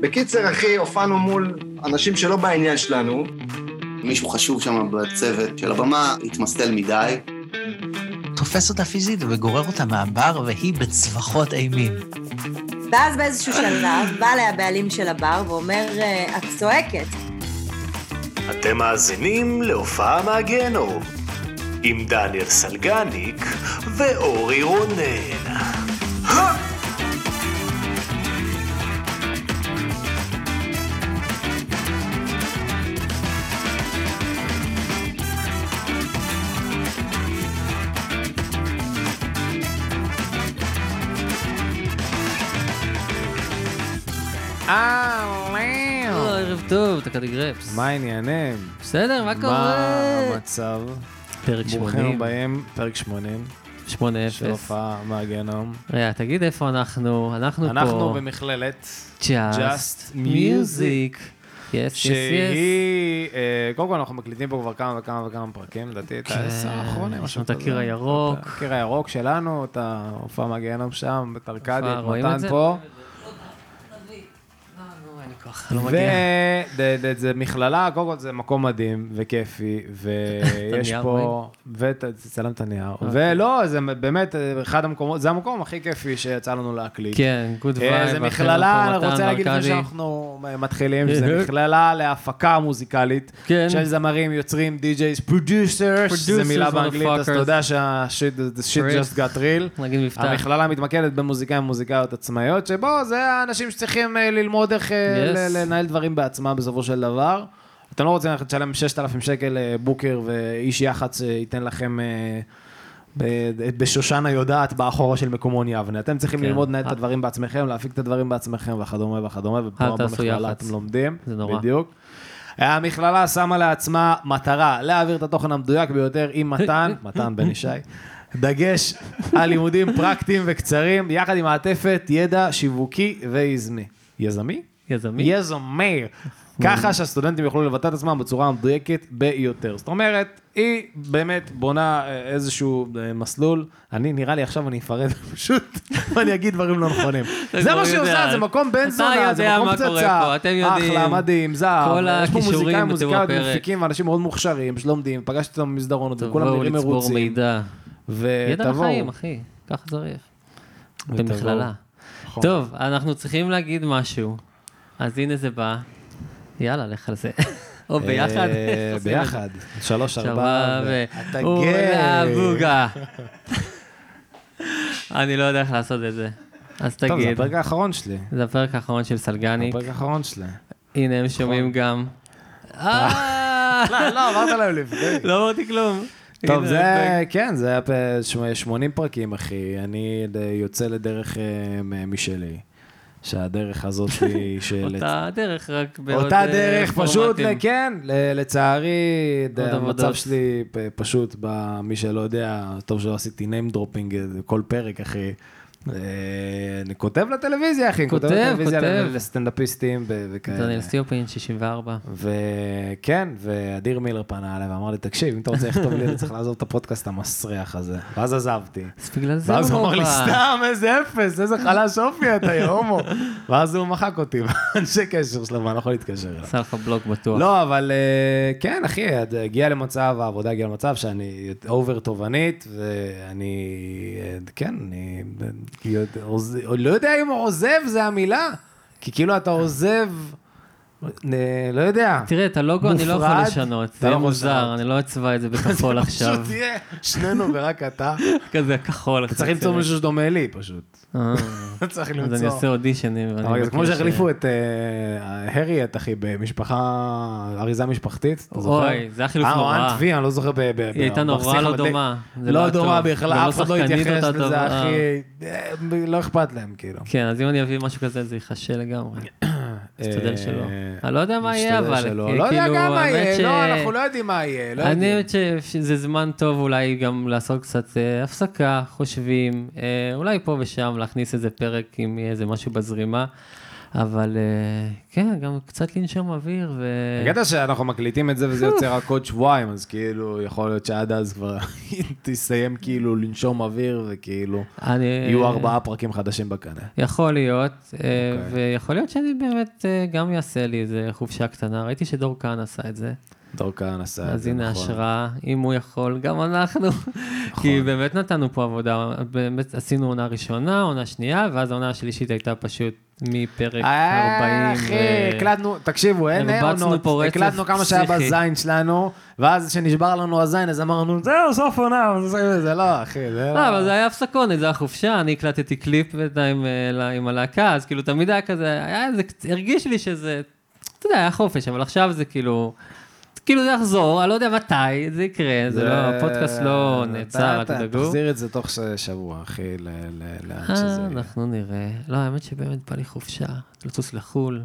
בקיצר, אחי, הופענו מול אנשים שלא בעניין שלנו. מישהו חשוב שם בצוות של הבמה התמסטל מדי. תופס אותה פיזית וגורר אותה מהבר, והיא בצווחות אימים. ואז באיזשהו שלב בא אליה הבעלים של הבר ואומר, "אה, את צועקת. אתם מאזינים להופעה מהגיהנום, עם דניאל סלגניק ואורי רונן. אה, ערב טוב, אתה קדיגרפס. מה העניינים? בסדר, מה מה קורה? המצב? פרק ברוכים 80, הבאים, פרק 80 של 8-0. הופעה מהגיהנום. רגע, תגיד איפה אנחנו, אנחנו פה. אנחנו במכללת, Just Just Music. יס, יס, יס. שהיא... אה, קודם כל אנחנו מקליטים פה כבר כמה וכמה וכמה פרקים, לדעתי את כן, העשר האחרונים. יש משהו לנו את כזה. הקיר הירוק. את הקיר הירוק שלנו, את ההופעה מהגיהנום שם, את ארקדי, הופעה, את רואים את זה? מתן פה. לא מגיע. וזה מכללה, קודם כל זה מקום מדהים וכיפי, ויש הנייר אוקיי. פה... ותצלם את הנייר. ולא, זה באמת אחד המקומות, זה המקום הכי כיפי שיצא לנו להקליט. כן, גוד וייב. אה, זה מכללה, אני רוצה להגיד לפני שאנחנו מתחילים, שזה אה. מכללה להפקה מוזיקלית. כן. של זמרים, יוצרים, די-ג'ייז, פרודיוסרס, Producers, זה מילה באנגלית, אז motherfuckers. אתה יודע שה-shit the shit Real. just got real. נגיד מבטא. המכללה מתמקדת במוזיקאים ומוזיקאיות עצמאיות, שבו זה האנשים שצריכים אה, ללמוד איך אה, Yes. ל- לנהל דברים בעצמם בסופו של דבר. אתם לא רוצים ללכת לשלם 6,000 שקל אה, בוקר ואיש יח"צ שייתן לכם אה, ב- בשושנה יודעת באחורה של מקומון יבנה. אתם צריכים כן. ללמוד לנהל את אה. הדברים בעצמכם, להפיק את הדברים בעצמכם וכדומה וכדומה, ופה תעשו במכללה יח"צ. אתם לומדים. זה נורא. בדיוק. המכללה שמה לעצמה מטרה להעביר את התוכן המדויק ביותר עם מתן, מתן בן ישי, דגש על לימודים פרקטיים וקצרים, יחד עם מעטפת ידע שיווקי ויזמי. יזמי? יזמי. יזמי. ככה שהסטודנטים יוכלו לבטא את עצמם בצורה המדויקת ביותר. זאת אומרת, היא באמת בונה אה, איזשהו אה, מסלול. אני, נראה לי עכשיו אני אפרט פשוט, ואני אגיד דברים לא נכונים. אתה זה כבר מה שהיא יודע. עושה, זה מקום בן אתה זונה, יודע זה מקום מה קורה פה, פצצה. אתם יודעים. אחלה, מדהים, זהב. כל יש פה הכישורים בתיאור מוזיקאים, מוזיקאיות, הפרק. מפיקים, ואנשים מאוד מוכשרים, שלומדים, פגשתי אותם במסדרונות, וכולם תבואו נראים לצבור מרוצים. מידע. ידע ותבואו. לחיים, אחי. ככה צריך. ותבואו. במכללה. נכון. טוב, אנחנו צריכים להגיד משהו, אז הנה זה בא. יאללה, לך על זה. או ביחד. אה, ביחד. שלוש, ארבע. שבה ו- אתה ו... אולה גיי. בוגה. אני לא יודע איך לעשות את זה. אז טוב, זה תגיד. הפרק האחרון שלי. זה הפרק האחרון של סלגניק. הפרק נכון. האחרון שלי. הנה, הם שומעים גם. אה, לא, אמרת להם לפני. לא אמרתי כלום. טוב, הנה זה, הפרק. כן, זה היה פ- שמ- 80 פרקים, אחי. אני ד- יוצא לדרך אה, מ- משלי. שהדרך הזאת היא של... אותה דרך, רק בעוד אותה אה, דרך, פשוט, פורמטים. ל- כן, ל- לצערי, ד- עוד המצב עבודות. שלי פ- פשוט, ב- מי שלא יודע, טוב שלא עשיתי name dropping אה, כל פרק, אחי. אה, אני כותב לטלוויזיה, אחי. אני כותב, לטלוויזיה כותב. ל- לסטנדאפיסטים ו- וכאלה. דניאל סטיופין, 64. וכן, ואדיר מילר פנה אליי ואמר לי, תקשיב, אם אתה רוצה לכתוב לי, אתה צריך לעזוב את הפודקאסט המסריח הזה. ואז עזבתי. אז בגלל זה ואז הוא הוא אמר לא לי, בא. סתם, איזה אפס, איזה חלש אופי אתה, יא הומו. ואז הוא מחק אותי, אנשי קשר שלו, ואני לא יכול להתקשר אליו. עשה לך בלוק בטוח. לא, אבל אה, כן, אחי, את הגיעה למצב, העבודה הגיעה למצב שאני אובר תובענית, ואני, אה, כן, אני יודע- עוז- לא יודע אם עוזב זה המילה, כי כאילו אתה עוזב, אה, לא יודע. תראה, את הלוגו אני לא יכול מופרד? לשנות, אתה זה לא יהיה יכול מוזר, לשנות. אני לא אצבע את זה בכחול עכשיו. פשוט תהיה שנינו ורק אתה. כזה כחול. אתה צריך למצוא מישהו שדומה לי פשוט. אה, אתה צריך אז אני למצוא. אעשה אודישנים. ואני אבל זה כמו מבקש- שהחליפו את אה, הרי, את אחי, במשפחה, אריזה משפחתית, אתה זוכר? אוי, זה היה חילוף אה, או נורא. אנט וי, אני לא זוכר. ב- ב- היא הייתה ב- נורא בפסיך לא מדליק. דומה. זה לא לא היה דומה טוב. בכלל, גם לא אף אחד לא שחקנית התייחס אותה לזה, טובה. אחי. אה, לא אכפת להם, כאילו. כן, אז אם אני אביא משהו כזה, זה ייכשל לגמרי. אה, אשתדל שלא. אני לא יודע מה יהיה, נשתדל אבל... אה, שלא. כי- לא יודע כאילו, גם מה האמת יהיה, ש- לא, אנחנו לא יודעים מה יהיה. לא אני יודעים. חושבת ש- שזה זמן טוב אולי גם לעשות קצת אה, הפסקה, חושבים, אה, אולי פה ושם להכניס איזה פרק עם איזה משהו בזרימה. אבל אה, כן, גם קצת לנשום אוויר, ו... הקטע שאנחנו מקליטים את זה וזה יוצא רק עוד שבועיים, אז כאילו, יכול להיות שעד אז כבר תסיים כאילו לנשום אוויר, וכאילו, אני... אה, יהיו ארבעה אוקיי. פרקים חדשים בקנה. יכול להיות, אה, ויכול להיות שאני באמת אה, גם אעשה לי איזה חופשה קטנה. ראיתי שדור כהן עשה את זה, דור כהן עשה את אז זה, הנה נכון. השראה, אם הוא יכול, גם אנחנו. כי באמת נתנו פה עבודה, באמת עשינו עונה ראשונה, עונה שנייה, ואז העונה השלישית הייתה פשוט מפרק 40. אה, אה, אחי, הקלטנו, תקשיבו, אין הרבצנו עונות, פה רצף הקלטנו כמה שהיה פסיכי. בזין שלנו, ואז כשנשבר לנו הזין, אז אמרנו, זהו, סוף עונה, זה- זה לא, אחי, זה לא, לא. אבל זה היה הפסקונת, זה היה חופשה, אני הקלטתי קליפ בינתיים אה, ל- עם הלהקה, אז כאילו תמיד היה כזה, היה איזה, קצ- הרגיש לי שזה, אתה יודע, היה חופש, אבל עכשיו זה כאילו, כאילו זה יחזור, אני לא יודע מתי זה יקרה, זה לא, הפודקאסט לא אתה- נעצר, אל אתה- תדאגו. תחזיר את זה תוך ש- שבוע, אחי, ל- ל- לאן שזה אה, יהיה. אנחנו נראה. לא, האמת שבאמת בא לי חופשה, לטוס לחו"ל,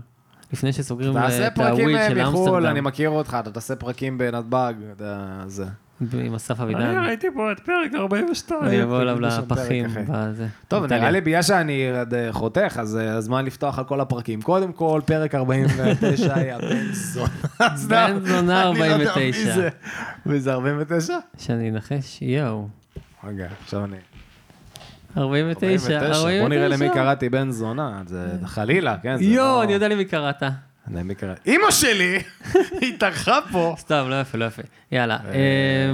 לפני שסוגרים אה, תעשה את הוויד פרקים אה, של מחו"ל, אני אמסטרדם, מכיר אותך, אתה תעשה פרקים בנתב"ג, אתה זה. כן. עם אסף אבידן, ראיתי פה את פרק 42. אני אבוא אליו יש שם פרק, לפחים, אחי. בזה. טוב, נראה איטליה. לי בגלל שאני עוד, אה, חותך, אז אה, הזמן לפתוח על כל הפרקים. קודם כל, פרק 49 היה בן זונה. אז בן לא, זונה אני לא יודע מי 49. זה. מי זה 49? שאני אנחש, יואו. רגע, עכשיו אני... 49, 49. בוא נראה למי קראתי בן זונה, זה חלילה, כן? זה יואו, לא- אני יודע למי קראת. למי קראתי. אמא שלי! היא התארחה פה! סתם, לא יפה, לא יפה. יאללה.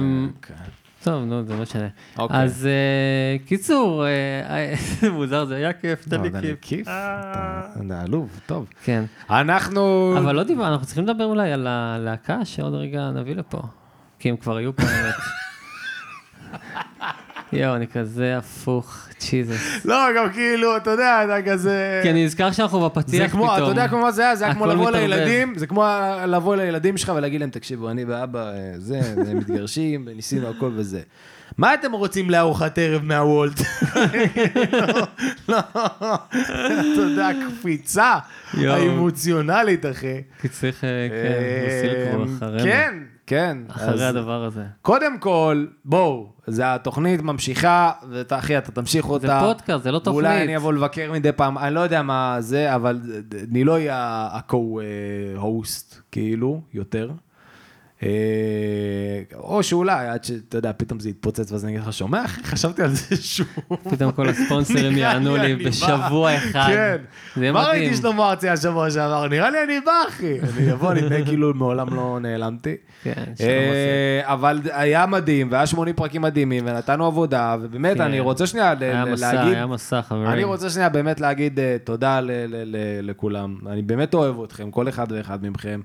אמ, אוקיי. טוב, נו, זה לא משנה. אוקיי. אז אה, קיצור, אה, איזה מוזר, זה היה כיף, תן לי אבל אני כיף. אה. כיף, אתה אתה עלוב, טוב. כן. אנחנו... אבל לא דיברנו, אנחנו צריכים לדבר אולי על הלהקה שעוד רגע נביא לפה. כי הם כבר היו פה, האמת. יואו, אני כזה הפוך, צ'יזוס. לא, גם כאילו, אתה יודע, אתה כזה... כי אני נזכר שאנחנו בפתיח זה פתאום. כמו, אתה יודע כמו מה זה היה? זה היה כמו הכל לבוא מתערבב. לילדים, זה כמו לבוא לילדים שלך ולהגיד להם, תקשיבו, אני ואבא, אה, זה, זה, מתגרשים, ניסינו הכל וזה. מה אתם רוצים לארוחת ערב מהוולט? לא, אתה יודע, הקפיצה יואו. האמוציונלית, אחי. כי צריך, אה, כן, עושים כבר אה, אחרינו. כן, כן. אז- אחרי הדבר הזה. קודם כל, בואו, זה התוכנית ממשיכה, ואתה, אחי, אתה תמשיך אותה. פודקאסט, זה לא ואולי תוכנית. אני אבוא לבקר מדי פעם, אני לא יודע מה זה, אבל אני לא אהיה ה-co-host, כאילו, יותר. אה, או שאולי, עד שאתה יודע, פתאום זה יתפוצץ, ואז אני אגיד לך, שומע? אחי, חשבתי על זה שוב. פתאום כל הספונסרים נראה יענו לי אני בא. בשבוע אחד. כן. זה יהיה מה מדהים. ראיתי שלמה ארצי השבוע שעבר? נראה לי אני בא, אחי. אני אבוא, אני אתנהג כאילו מעולם לא נעלמתי. כן, שלום אה, אבל היה מדהים, והיה 80 פרקים מדהימים, ונתנו עבודה, ובאמת, כן. אני רוצה שנייה ל- היה ל- מסע, להגיד... היה מסע, חברים. אני רוצה שנייה באמת להגיד אה, תודה ל- ל- ל- לכולם. אני באמת אוהב אתכם, כל אחד ואחד מכם.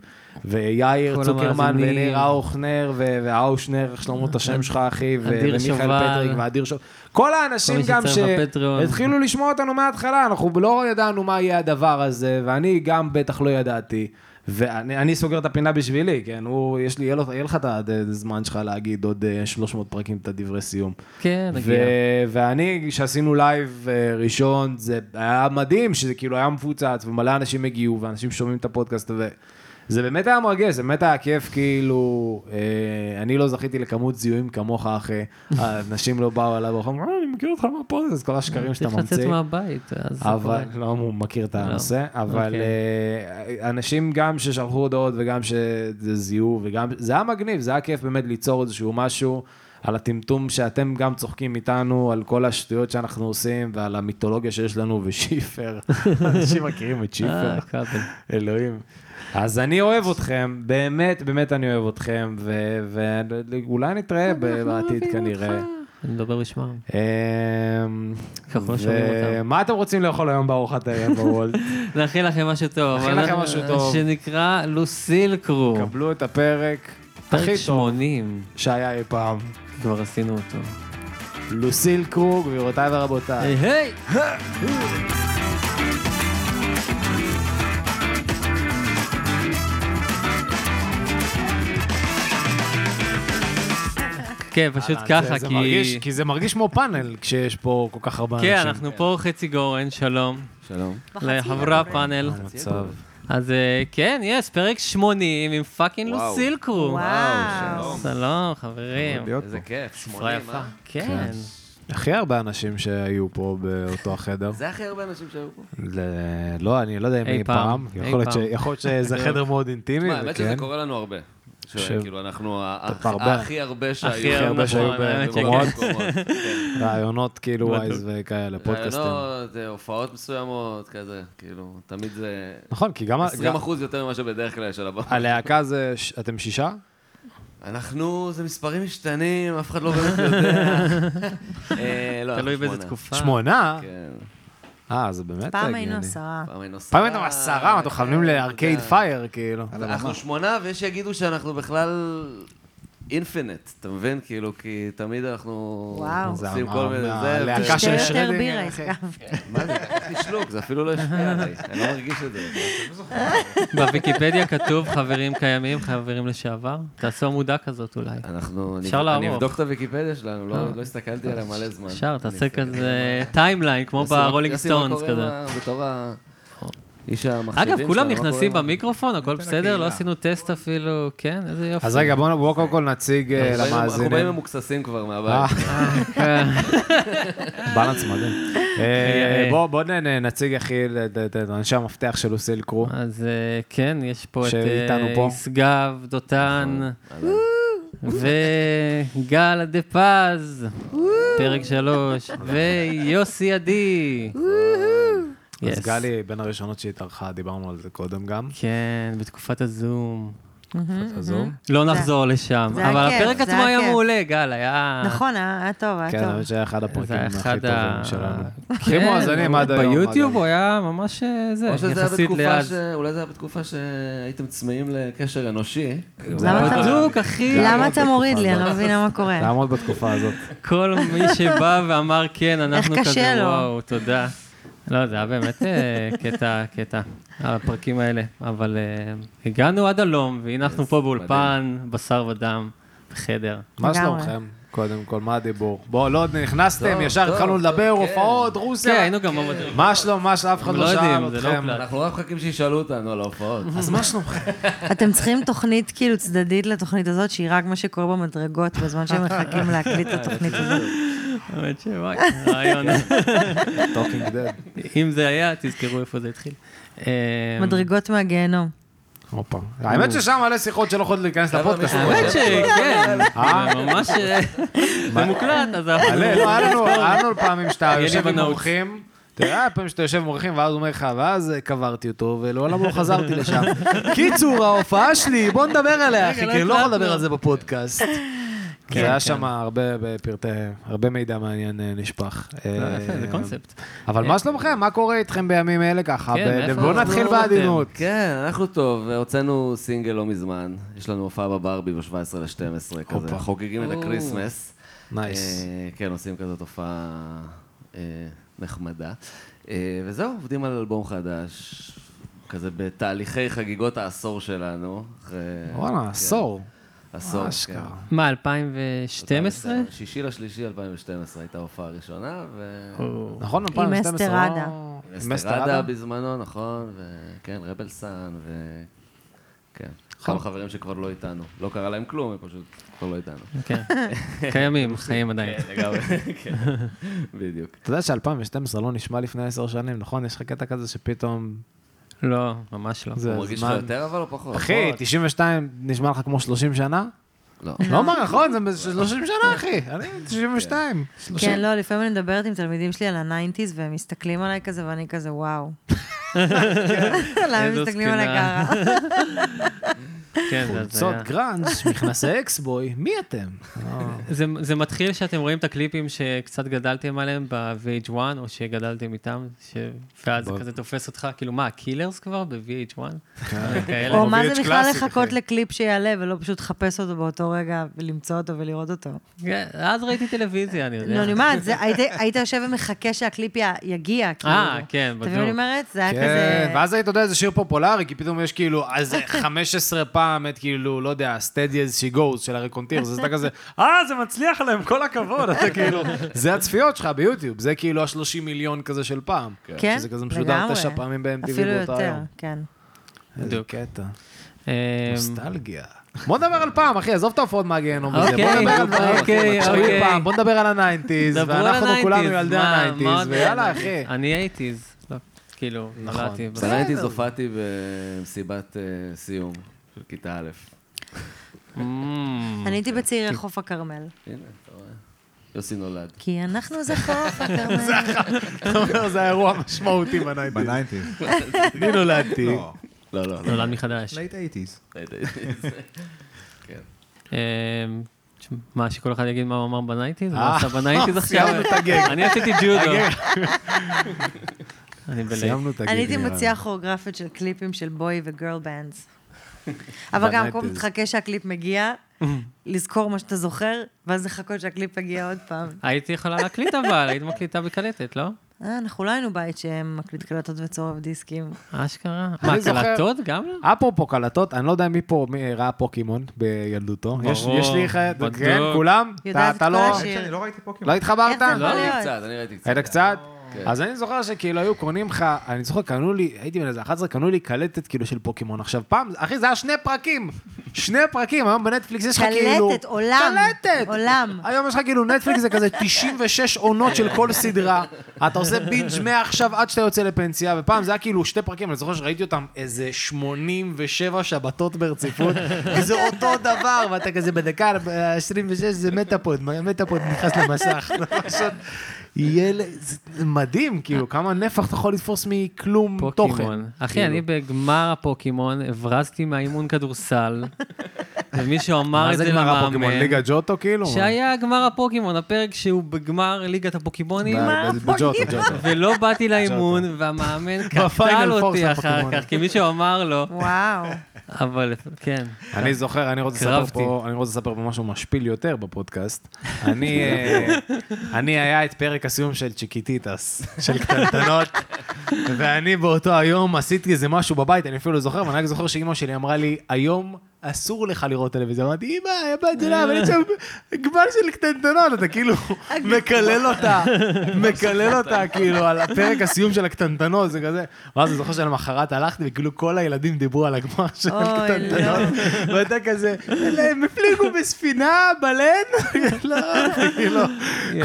ויאיר כל צוקרמן, המאזינים. וניר האוכנר, ו- והאושנר, איך שלמו את השם שלך, אחי, ו- אדיר ומיכאל שובל. פטריק, ואדיר שובל. כל האנשים מי גם שצריך בפטריון. שהתחילו לשמוע אותנו מההתחלה, אנחנו לא ידענו מה יהיה הדבר הזה, ואני גם בטח לא ידעתי. ואני אני סוגר את הפינה בשבילי, כן? הוא, יש לי, יהיה לו- יהיה לך את הזמן שלך להגיד עוד אה, 300 פרקים את הדברי סיום. כן, נגיע. ו- ואני, כשעשינו לייב אה, ראשון, זה היה מדהים, שזה כאילו היה מפוצץ, ומלא אנשים הגיעו, ואנשים שומעים את הפודקאסט, וזה באמת היה מרגש, זה באמת היה כיף, כאילו, אה, אני לא זכיתי לכמות זיהויים כמוך, אחי. האנשים לא באו אליי ברחוב, "אה, אני מכיר אותך מהפודקאסט, כל השקרים שאתה צריך ממציא. לצאת מהבית, אז זה אבל, קורה. לא, הוא מכיר את הנושא, אבל אוקיי. אה, אנשים גם ששלחו הודעות וגם שזיהו, וגם, זה היה מגניב, זה היה כיף באמת ליצור איזשהו משהו על הטמטום שאתם גם צוחקים איתנו, על כל השטויות שאנחנו עושים ועל המיתולוגיה שיש לנו ושיפר. אנשים מכירים את שיפר. אה, כבל. אלוהים. אז אני אוהב אתכם, באמת, באמת אני אוהב אתכם, ו- ואולי נתראה בעתיד כנראה. אני מדבר בשמם. אמ, ככה שומעים אותם. ומה אתם רוצים לאכול היום בארוחת הערב בוולט? נאחל לכם משהו טוב. נאחל אבל- לכם משהו טוב. שנקרא לוסיל קרו. קבלו את הפרק הכי פרק טוב 80, שהיה אי פעם. כבר עשינו אותו. לוסיל קרוג, גבירותיי ורבותיי. היי היי! כן, פשוט אה, זה- ככה, זה כי... מרגיש- כי זה מרגיש כמו פאנל כשיש פה כל כך הרבה אנשים. כן, אנחנו פה חצי גורן, שלום. שלום. לחברי הפאנל. מצב. אז אה, כן, יש, פרק 80 עם פאקינג וואו. לוסיל קרו. וואו. שלום, חברים. אה? איזה כיף. ספרה יפה. כן. הכי הרבה אנשים שהיו פה באותו החדר. זה הכי הרבה אנשים שהיו פה. ל- לא, אני לא יודע אם אי אי פעם. פעם. אי יכול להיות ש- פעם. לא- יכול להיות שזה חדר מאוד אינטימי, מה, האמת שזה וכן. קורה לנו הרבה. ש- ש- כאילו, אנחנו ה- כן. אתה הרבה. הכי הרבה הכי שהיו. אה, הרבה שהיו נכון, האמת שכן. במקומות. כן. רעיונות כאילו לא ווייז וכאלה, פודקאסטים. רעיונות, אה, הופעות מסוימות, כזה, כאילו, תמיד זה נכון, כי גם... 20 אחוז יותר ממה שבדרך כלל יש על הבמה. הלהקה זה... ש- אתם שישה? אנחנו, זה מספרים משתנים, אף אחד לא באמת יודע. אה, תלוי לא, אנחנו באיזה שמונה. תקופה. שמונה? כן, אה, זה באמת פעם הגיוני. היינו עשרה. אה, פעם היינו עשרה. פעם היינו עשרה, אתם מכוונים לארקייד כן. פייר, כאילו. אנחנו שמונה, ויש שיגידו שאנחנו בכלל אינפינט, אתה מבין? כאילו, כי תמיד אנחנו וואו. עושים זה כל מיני... ה- זה, הלהקה אה, של ו- שתי יותר שרדינגר, בירה, אחי. כן, אגב. מה זה, לקחתי שלוק, זה אפילו לא השפיע עליי, אני לא מרגיש את זה. בוויקיפדיה כתוב חברים קיימים, חברים לשעבר. תעשו עמודה כזאת אולי. אנחנו... אני- אפשר לערוך. אני אבדוק את הוויקיפדיה שלנו, לא לא הסתכלתי עליה מלא זמן. אפשר, אני תעשה אסתכל. כזה טיימליין, כמו יוסי, מה- ברולינג יוסי, מה סטונס קורה כזה. ב- בתור ה... איש המחשבים אגב, כולם שלנו, מה נכנסים קורה? במיקרופון, הכל בסדר? לא עשינו טסט אפילו, כן, איזה יופי. אז רגע, בואו בואו קודם כל נציג אה, אנחנו באים- אנחנו באים למאזינים. ממוקססים כבר אה, מהבית. באלנס מדהים. אה, בוא- בוא נ- נ- נציג הכי, את- את- את אנשי המפתח של לוסיל קרו. אז אה, כן, יש פה את שאיתנו אה, פה. ישגב, דותן, וגל דה פז, פרק שלוש, ויוסי עדי. אז אה, Yes. גלי בין הראשונות שהתארחה, דיברנו על זה קודם גם. כן, בתקופת הזום. Mm-hmm. תעזוב. לא נחזור לשם, זה אבל הכיף, הפרק זה עצמו היה הכיף. מעולה, גל, היה... נכון, היה היה טוב, היה כן, האמת טוב. שהיה אחד הפרקים זה הכי אחד טובים ה- שלנו. כן, הכי מואזנים עד היום. עד ביוטיוב היום. הוא היה ממש אה, זה, או שזה היה יחסית בתקופה ליד. ש... אולי זה היה בתקופה שהייתם צמאים לקשר אנושי. למה אתה- לא- בדוק, אחי. למה אתה מוריד לי? אני לא מבינה מה זה קורה. היה מאוד בתקופה הזאת. כל מי שבא ואמר כן, אנחנו איך קשה כזה, לו." וואו, תודה. לא, זה היה באמת אה, קטע, קטע, הפרקים האלה. אבל אה, הגענו עד הלום, והנה אנחנו פה באולפן, בשר ודם, בחדר. מה לגמרי. שלומכם? קודם כל, מה הדיבור? בואו, לא נכנסתם, טוב, ישר טוב, התחלנו טוב, לדבר, כן. הופעות, כן, רוסיה. היינו גם עבודים. מה שלום, מה שלום, אף אחד הם לא לא שאל יודעים, זה לא אתכם. הוקלט. אנחנו רק מחכים שישאלו אותנו על ההופעות. אז מה שלומכם? אתם צריכים תוכנית כאילו צדדית לתוכנית הזאת, שהיא רק מה שקורה במדרגות בזמן שהם מחכים להקליט את התוכנית הזאת. האמת שוואי, רעיון. טוקינג דד. אם זה היה, תזכרו איפה זה התחיל. אה, מדרגות מהגיהנום. הופה. האמת ששם מלא שיחות שלא יכולות להיכנס לא, לפודקאסט. האמת שכן, אה? זה ממש אה, זה מוקלט, אז אנחנו... מלא, לא, היה לנו- היה לנו פעמים שאתה יהיה לי יושב עם בנוטס. אורחים. אתה יודע, פעמים שאתה יושב עם אורחים, ואז הוא אומר לך, ואז אה, קברתי אותו, ולעולם לא חזרתי לשם. קיצור, ההופעה שלי, בוא נדבר עליה, אחי, לא כי אני לא יכול הקלטנו. כן, לדבר על זה בפודקאסט. זה היה שם הרבה בפרטי, הרבה מידע מעניין אה, נשפך. אה, לא, יפה, זה קונספט. אה, אבל מה שלומכם? מה קורה איתכם בימים אלה ככה? כן, ב- מאיפה בואו אנחנו אה, נתחיל לא בעדינות. כן, אנחנו טוב, הוצאנו סינגל לא מזמן, יש לנו הופעה בברבי ב-17 ל-12 כזה, הופה. חוגגים את הקריסמס. נייס. אה, כן, עושים כזאת הופעה אה, נחמדה. אה, וזהו, עובדים על אלבום חדש, כזה בתהליכי חגיגות העשור שלנו. אחרי- כן, וואלה, כן. עשור. עשור, כן. אשכרה. מה, 2012? שישי לשלישי 2012 הייתה ההופעה הראשונה, ו... נכון, עם אסתר עדה. עם אסתר אסטרדה עדה? בזמנו, נכון, וכן, רבלסן, ו... כן. כמה חברים שכבר לא איתנו. לא קרה להם כלום, הם פשוט כבר לא איתנו. כן. קיימים, חיים עדיין. לגמרי, כן. בדיוק. אתה יודע ש-2012 לא נשמע לפני עשר שנים, נכון? יש לך קטע כזה שפתאום... לא, ממש לא. זה הוא מרגיש לך הזמן. יותר אבל או פחות? נכון. אחי, 92 נשמע לך כמו 30 שנה? לא. לא מה, נכון, זה ב- 30 שנה, אחי. אני 92. כן, לא, לפעמים אני מדברת עם תלמידים שלי על הניינטיז, והם מסתכלים עליי כזה, ואני כזה, וואו. למה הם איזו מסתכלים עליי זקנה. ככה? כן, לא. זה חולצות הזיה. גראנג', מכנסי אקסבוי, מי אתם? זה, זה מתחיל שאתם רואים את הקליפים שקצת גדלתם עליהם ב-VH1, או שגדלתם איתם, ש... ואז זה ב- כזה תופס אותך, כאילו מה, קילרס כבר ב-VH1? כן. או מה זה VH בכלל קלאסי, לחכות אחי. לקליפ שיעלה, ולא פשוט לחפש אותו באותו רגע, ולמצוא אותו ולראות אותו. כן, אז ראיתי טלוויזיה, אני יודע. לא, אני אומרת, זה- היית- היית יושב ומחכה שהקליפ י- יגיע, כאילו. כן, אתה מבין מה בדיוק. אני אומרת? זה היה כן, כזה... ואז היית יודע איזה שיר פופולרי, כי פתאום יש כאילו, אז 15 פעם את כאילו, לא יודע, steady as she goes של ארי קונטיר, זה אתה כזה, אה, זה מצליח להם, כל הכבוד, אתה כאילו, זה הצפיות שלך ביוטיוב, זה כאילו ה-30 מיליון כזה של פעם. כן, שזה כזה משודר לגמרי. תשע פעמים ב-MTV אפילו באותו יותר, היום. כן. איזה בדיוק. קטע. אמ, נוסטלגיה. בוא נדבר על פעם, אחי, עזוב את ההופעות מהגיהנום וזה. בוא אוקיי, נדבר על דברים אוקיי, עכשוויים אוקיי. פעם, בוא נדבר על הניינטיז, דברו על ואנחנו הניינטיז, כולנו ילדי מה- מה הניינטיז, עוד ויאללה, אין? אחי. נכון. אני אייטיז. לא, כאילו, נולדתי. ב- בניינטיז הופעתי במסיבת אה, סיום של כיתה א'. Mm. כן. אני הייתי בצעירי חוף הכרמל. הנה, אתה רואה? יוסי נולד. כי אנחנו זה חוף הכרמל. זה האירוע המשמעותי בניינטיז. בניינטיז. אני נולדתי. לא, לא, לא, לא. נולד מחדש. לייט אייטיז. אמ, מה, שכל אחד יגיד מה הוא אמר בנייטיז? אה, מה עשה בנייטיז עכשיו? סיימנו את הגג. אני עשיתי ג'ודו. אני בלייב. סיימנו את הגיל. אני הייתי נראה לי. מוציאה כוריאוגרפית של קליפים של בוי וגרל בנדס. אבל גם בנייטיז. כל תחכה שהקליפ מגיע, לזכור מה שאתה זוכר, ואז לחכות שהקליפ יגיע עוד פעם. הייתי יכולה להקליט אבל, היית מקליטה בקלטת, לא? אה, אנחנו לא היינו בית שמקליט קלטות וצורף דיסקים. אשכרה. מה, זוכר- קלטות גם לא? אפרופו קלטות, אני לא יודע מי פה מי ראה פוקימון בילדותו. ברור, יש- יש לי אחד, בדוק. כן, כולם? אתה- יודעת את אתה כל לא- השיר. אני לא ראיתי פוקימון. לא התחברת? איך זה לא. יכול להיות? אני קצת, אני ראיתי קצת. היית קצת? כן. אז אני זוכר שכאילו היו קונים לך, אני זוכר, קנו לי, הייתי בן איזה 11, קנו לי קלטת כאילו של פוקימון. עכשיו פעם, אחי, זה היה שני פרקים. שני פרקים, היום בנטפליקס יש לך כאילו... קלטת, עולם. קלטת. עולם. היום יש לך כאילו נטפליקס זה כזה 96 עונות של כל סדרה. אתה עושה בינג' מעכשיו עד שאתה יוצא לפנסיה, ופעם זה היה כאילו שתי פרקים, אני זוכר שראיתי אותם איזה 87 שבתות ברציפות, וזה אותו דבר, ואתה כזה בדקה ה-26 זה מטאפוד, מטאפוד נכנס למסך. פשוט ילד, זה מדהים, כאילו, כמה נפח אתה יכול לתפוס מכלום תוכן. כאילו, פוקימון. אחי, אני בגמר הפוקימון הברזתי מהאימון כדורסל, ומישהו אמר מה את זה זה גמר הפוקימון? למאמן. ליגה ג'וטו כאילו? שהיה גמר הפוקימון, הפרק שהוא בגמר ליגת הפוקימונים. ב- ב- בג'וטו, ג'וטו. ולא באתי לאימון, והמאמן בפיינל קטל פור של אותי אחר הפוקימון. כך, כי מישהו אמר לו, וואו. אבל כן. אני זוכר, אני רוצה לספר קרבתי. פה, אני רוצה לספר פה משהו משפיל יותר בפודקאסט. אני, אה, אני היה את פרק הסיום של צ'יקיטיטס, של קטנטנות, ואני באותו היום עשיתי איזה משהו בבית, אני אפילו לא זוכר, ואני רק זוכר שאימא שלי אמרה לי, היום אסור לך לראות טלוויזיה. אמרתי, אמא, הבת שלה, אבל יש שם גמר של קטנטנות, אתה כאילו מקלל אותה, מקלל אותה, כאילו, על הפרק הסיום של הקטנטנות, זה כזה. ואז אני זוכר שלמחרת הלכתי, וכאילו כל הילדים דיברו על הגמר של אוי, לא. הקטנטנות. ואתה כזה, "אלה, הם הפליגו בספינה, בלן? לא, כאילו,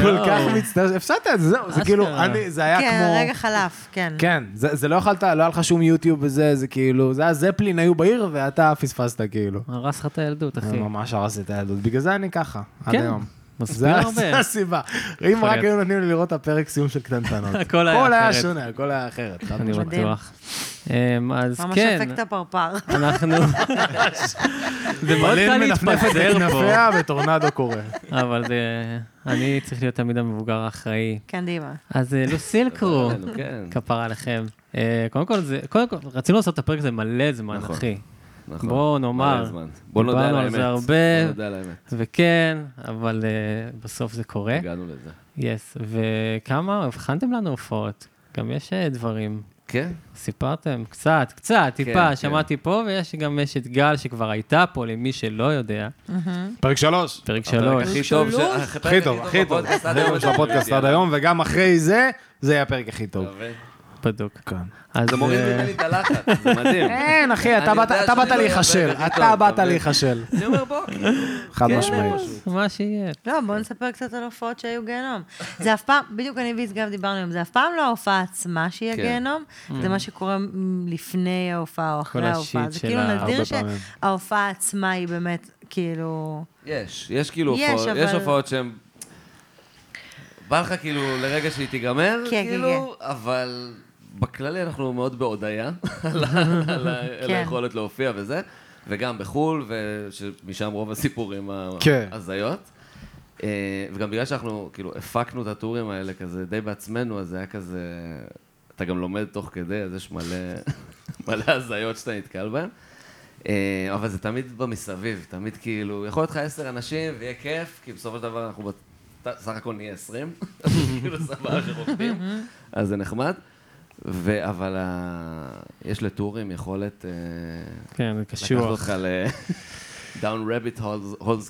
כל כך מצטער, הפסדת את זה, זהו, זה כאילו, אשכרה. אני- זה היה כן, כמו... רגע חלף, כן. כן, זה זה לא יכולת, לא היה לך שום יוטיוב וזה, זה כאילו, זה היה זפלין היו בעיר ואתה פספסת כאילו. הרס לך את הילדות, זה אחי. ממש הרס את הילדות, בגלל זה אני ככה, עד כן, היום. מסביר זה הרבה. זה הסיבה. אם רק להיות. היו נותנים לי לראות את הפרק סיום של קטנטנות. הכל היה הכל היה אחרת. שונה, הכל היה אחרת. חד אני משמעית. מדהים. בטוח. אמ, אז ממש כן, אפקט הפרפר. אנחנו... זה מאוד קל בלן מנפנפת להתפזר פה, בכנפיה וטורנדו קורה. אבל זה... אני צריך להיות תמיד המבוגר האחראי. כן, דימה. אז אה, לוסיל קרו, עלינו, כן. כפרה עליכם. אה, קודם כל, זה- קודם כל, רצינו לעשות את הפרק הזה מלא זמן, נכון. אחי. נכון. בואו נאמר, מלא זמן. בואו נודה על דיברנו האמת. על זה הרבה. בואו נודה על האמת. וכן, אבל אה, בסוף זה קורה. הגענו לזה. יס, וכמה הבחנתם לנו הופעות? גם יש אה, דברים. כן? סיפרתם? קצת, קצת, טיפה, כן. שמעתי פה, ויש גם יש את גל שכבר הייתה פה, למי שלא יודע. פרק שלוש. פרק הפרק שלוש. הכי טוב. של- שלוש? הפרק הכי טוב, הכי טוב. בפודקאסט עד זה היום של הפודקאסט עד היום, וגם אחרי זה, זה יהיה הפרק הכי טוב. אתה מבין? בדוק. כן. אז זה מוריד אה, ממני את הלחץ, זה מדהים. אין, אחי, אתה אני באת- יודע אתה שזה באת לא יהיה להיכשל. הפרק הכי אתה טוב, באת אתה מבין? להיכשל. אני אומר בואו, חד כן, משמעית. אז מה שיהיה. לא, בואו נספר קצת על הופעות שהיו גיהנום. זה אף פעם, בדיוק אני ויצגב דיברנו על זה, אף פעם לא ההופעה עצמה שהיא כן. הגיהנום, זה מה שקורה מ- לפני ההופעה או אחרי ההופעה. השיט זה של כאילו ה- נדיר הרבה פעמים. שההופעה עצמה היא באמת, כאילו... יש, יש כאילו יש, הופעות, אבל- יש הופעות שהן... בא לך כאילו לרגע שהיא תיגמר, כן, כן, כאילו, אבל בכללי אנחנו מאוד בהודיה על ה- על ה- על כן. היכולת להופיע וזה, וגם בחו"ל, ומשם רוב הסיפורים כן. ההזיות. אה, וגם בגלל שאנחנו כאילו הפקנו את הטורים האלה כזה די בעצמנו, אז זה היה כזה... אתה גם לומד תוך כדי, אז יש מלא מלא הזיות שאתה נתקל בהן. אה, אבל זה תמיד במסביב, תמיד כאילו, יכול להיות לך עשר אנשים ויהיה כיף, כי בסופו של דבר אנחנו בת- סך הכל נהיה עשרים, אז כאילו סבבה שרוקדים, אז זה נחמד. ו- אבל ה- יש לטורים יכולת אה, כן, זה לקחת קשוח. אותך ל... דאון רביט הולס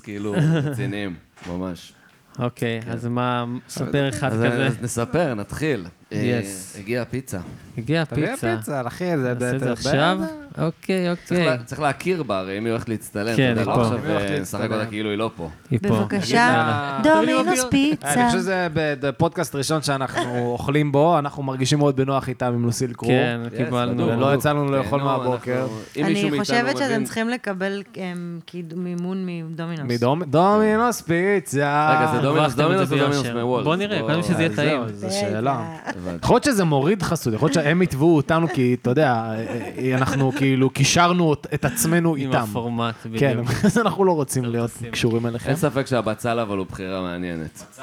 כאילו רציניים, ממש. אוקיי, אז מה, ספר אחד כן. אז כזה. אז נספר, נתחיל. אה, Yes. כן. הגיעה הפיצה. הגיעה פיצה. פיצה, אחי, זה... נעשה את אתה- זה עכשיו? אוקיי, צריך אוקיי. לה- צריך להכיר בה, הרי אם היא הולכת להצטלם, אתה כן, היא יודע, לא פה. עכשיו היא הולכת אה, לשחק אותה להצטלם. כאילו היא לא פה. היא פה. בבקשה, דומינוס אה, אני פיצה. חושב שזה בפודקאסט ראשון שאנחנו אוכלים בו, אנחנו מרגישים מאוד בנוח איתם עם לוסיל קרור. כן, Yes, קיבלנו. בדיוק. ולא לא יצא לנו לאכול כן, נו, מהבוקר. אנחנו- אם מישהו אני מאיתנו חושבת שאתם מבין- צריכים לקבל אמ, קיד- מימון מדומינוס. מדומ- דומינוס פיצה. רגע, זה דומינוס, הרווחתם את דומינוס זה או דומינוס אה, ביושר. מוולט? בוא נראה, קודם שזה יהיה אז טעים. זהו, זו בטח. שאלה. יכול להיות שזה מוריד חסות, יכול להיות שהם יתבעו אותנו, כי אתה יודע, אה, אנחנו כאילו קישרנו את- את עצמנו עם איתם. הפורמט, כן, בדיוק. אז אנחנו לא רוצים להיות קשורים אליכם. אין ספק שהבצל אבל הוא בחירה מעניינת.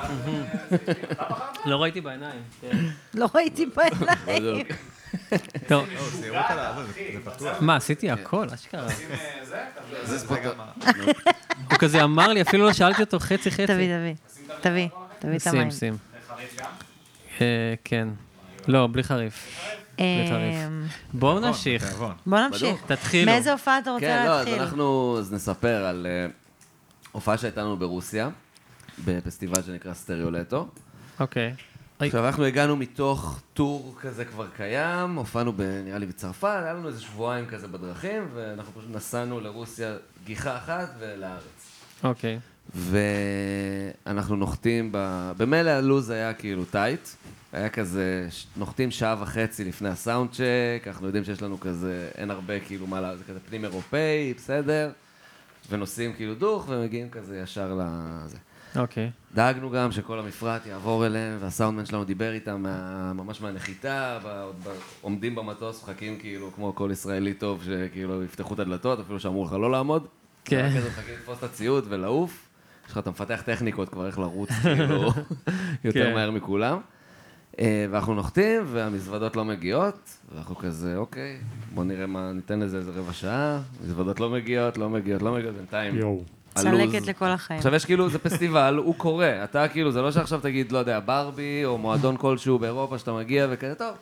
לא ראיתי בעיניים. לא ראיתי בעיניים. טוב. מה, עשיתי הכל, אשכרה. הוא כזה אמר לי, אפילו לא שאלתי אותו חצי חצי. תביא, תביא. תביא, תביא את המים. שים, שים. אה, כן. לא, בלי חריף. בלי חריף. אמ, בואו נמשיך. בוא נמשיך. תתחילו. מאיזה הופעה אתה רוצה כן, לא, אז להתחיל? אנחנו אז נספר על אה, הופעה שהייתה לנו ברוסיה, בפסטיבל שנקרא סטריאולטו. אוקיי. אוי. עכשיו, אנחנו הגענו מתוך טור כזה כבר קיים, הופענו ב- נראה לי בצרפת, היה לנו איזה שבועיים כזה בדרכים, ואנחנו פשוט נסענו לרוסיה גיחה אחת ולארץ. אוקיי. ואנחנו נוחתים, ב... במילא הלו"ז היה כאילו טייט, היה כזה, ש- נוחתים שעה וחצי לפני הסאונד צ'ק, אנחנו יודעים שיש לנו כזה, אין הרבה כאילו מה, לה- זה כזה פנים אירופאי, בסדר, ונוסעים כאילו דוך ומגיעים כזה ישר לזה. אוקיי. דאגנו גם שכל המפרט יעבור אליהם, והסאונדמן שלנו דיבר איתם מה, ממש מהנחיתה, ב, ב, עומדים במטוס, מחכים כאילו כמו כל ישראלי טוב, שכאילו יפתחו את הדלתות, אפילו שאמרו לך לא לעמוד. כן. אתה כזה מחכה לתפוס את הציוד ולעוף. יש לך, אתה מפתח טכניקות כבר איך לרוץ, כאילו, יותר כן. מהר מכולם. אה, ואנחנו נוחתים, והמזוודות לא מגיעות, ואנחנו כזה, אוקיי, בוא נראה מה, ניתן לזה איזה רבע שעה, מזוודות לא מגיעות, לא מגיעות, לא מגיעות, בינתיים. יואו. הלו"ז- צלקת לכל החיים. עכשיו יש כאילו, זה פסטיבל, הוא קורא. אתה כאילו, זה לא שעכשיו תגיד, לא יודע, ברבי, או מועדון כלשהו באירופה, שאתה מגיע וכזה, טוב,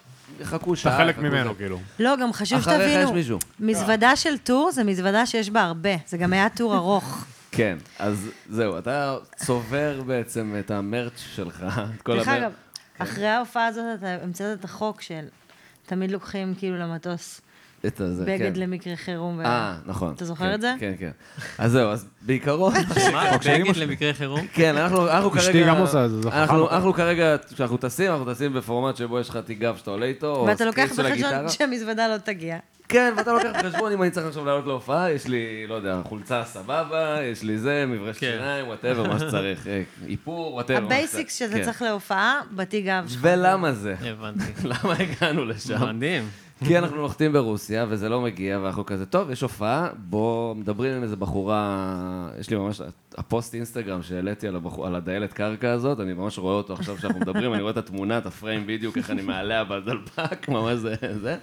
יחכו שעה. יחכו זה." כאילו. לא, גם חשוב אחריך יש שתבינו, מישהו. מזוודה של טור זה מזוודה שיש בה הרבה. זה גם היה טור ארוך. כן, אז זהו, אתה צובר בעצם את המרץ' שלך, את כל כן. דרך המרץ'. אגב, אחרי ההופעה הזאת אתה המצאת את החוק של תמיד לוקחים כאילו למטוס את הזה, כן. בגד למקרה חירום. ו- אה, נכון. אתה זוכר כן, את זה? כן, כן. אז זהו, אז בעיקרון... מה, בגד למקרי אוקיי. חירום? כן, אנחנו אנחנו כרגע... אשתי גם עושה את זה, זה אנחנו- חכם. אנחנו כרגע, כשאנחנו טסים, אנחנו טסים בפורמט שבו יש לך תיגב שאתה עולה איתו, או ואתה סקריפט לוקח של הגיטרה. בחשבון שהמזוודה לא תגיע. כן, ואתה לוקח בחשבון אם אני צריך עכשיו לעלות להופעה, יש לי, לא יודע, חולצה סבבה, יש לי זה, מברשת כן. שיניים, וואטאבר, מה שצריך, אה, איפור, וואטאבר. מה הבייסיקס שצריך. שאתה כן. צריך להופעה, בתיק האב שלך. ולמה זה? הבנתי. למה הגענו לשם? מדהים. כי אנחנו נוחתים ברוסיה, וזה לא מגיע, ואנחנו כזה, טוב, יש הופעה, בוא, מדברים עם איזה בחורה, יש לי ממש, הפוסט אינסטגרם שהעליתי על, הבחור, על הדיילת קרקע הזאת, אני ממש רואה אותו עכשיו שאנחנו מדברים, אני רואה את התמונה, את הפריים בדיוק, איך אני מעליה בדלפק, ממש זה, זה.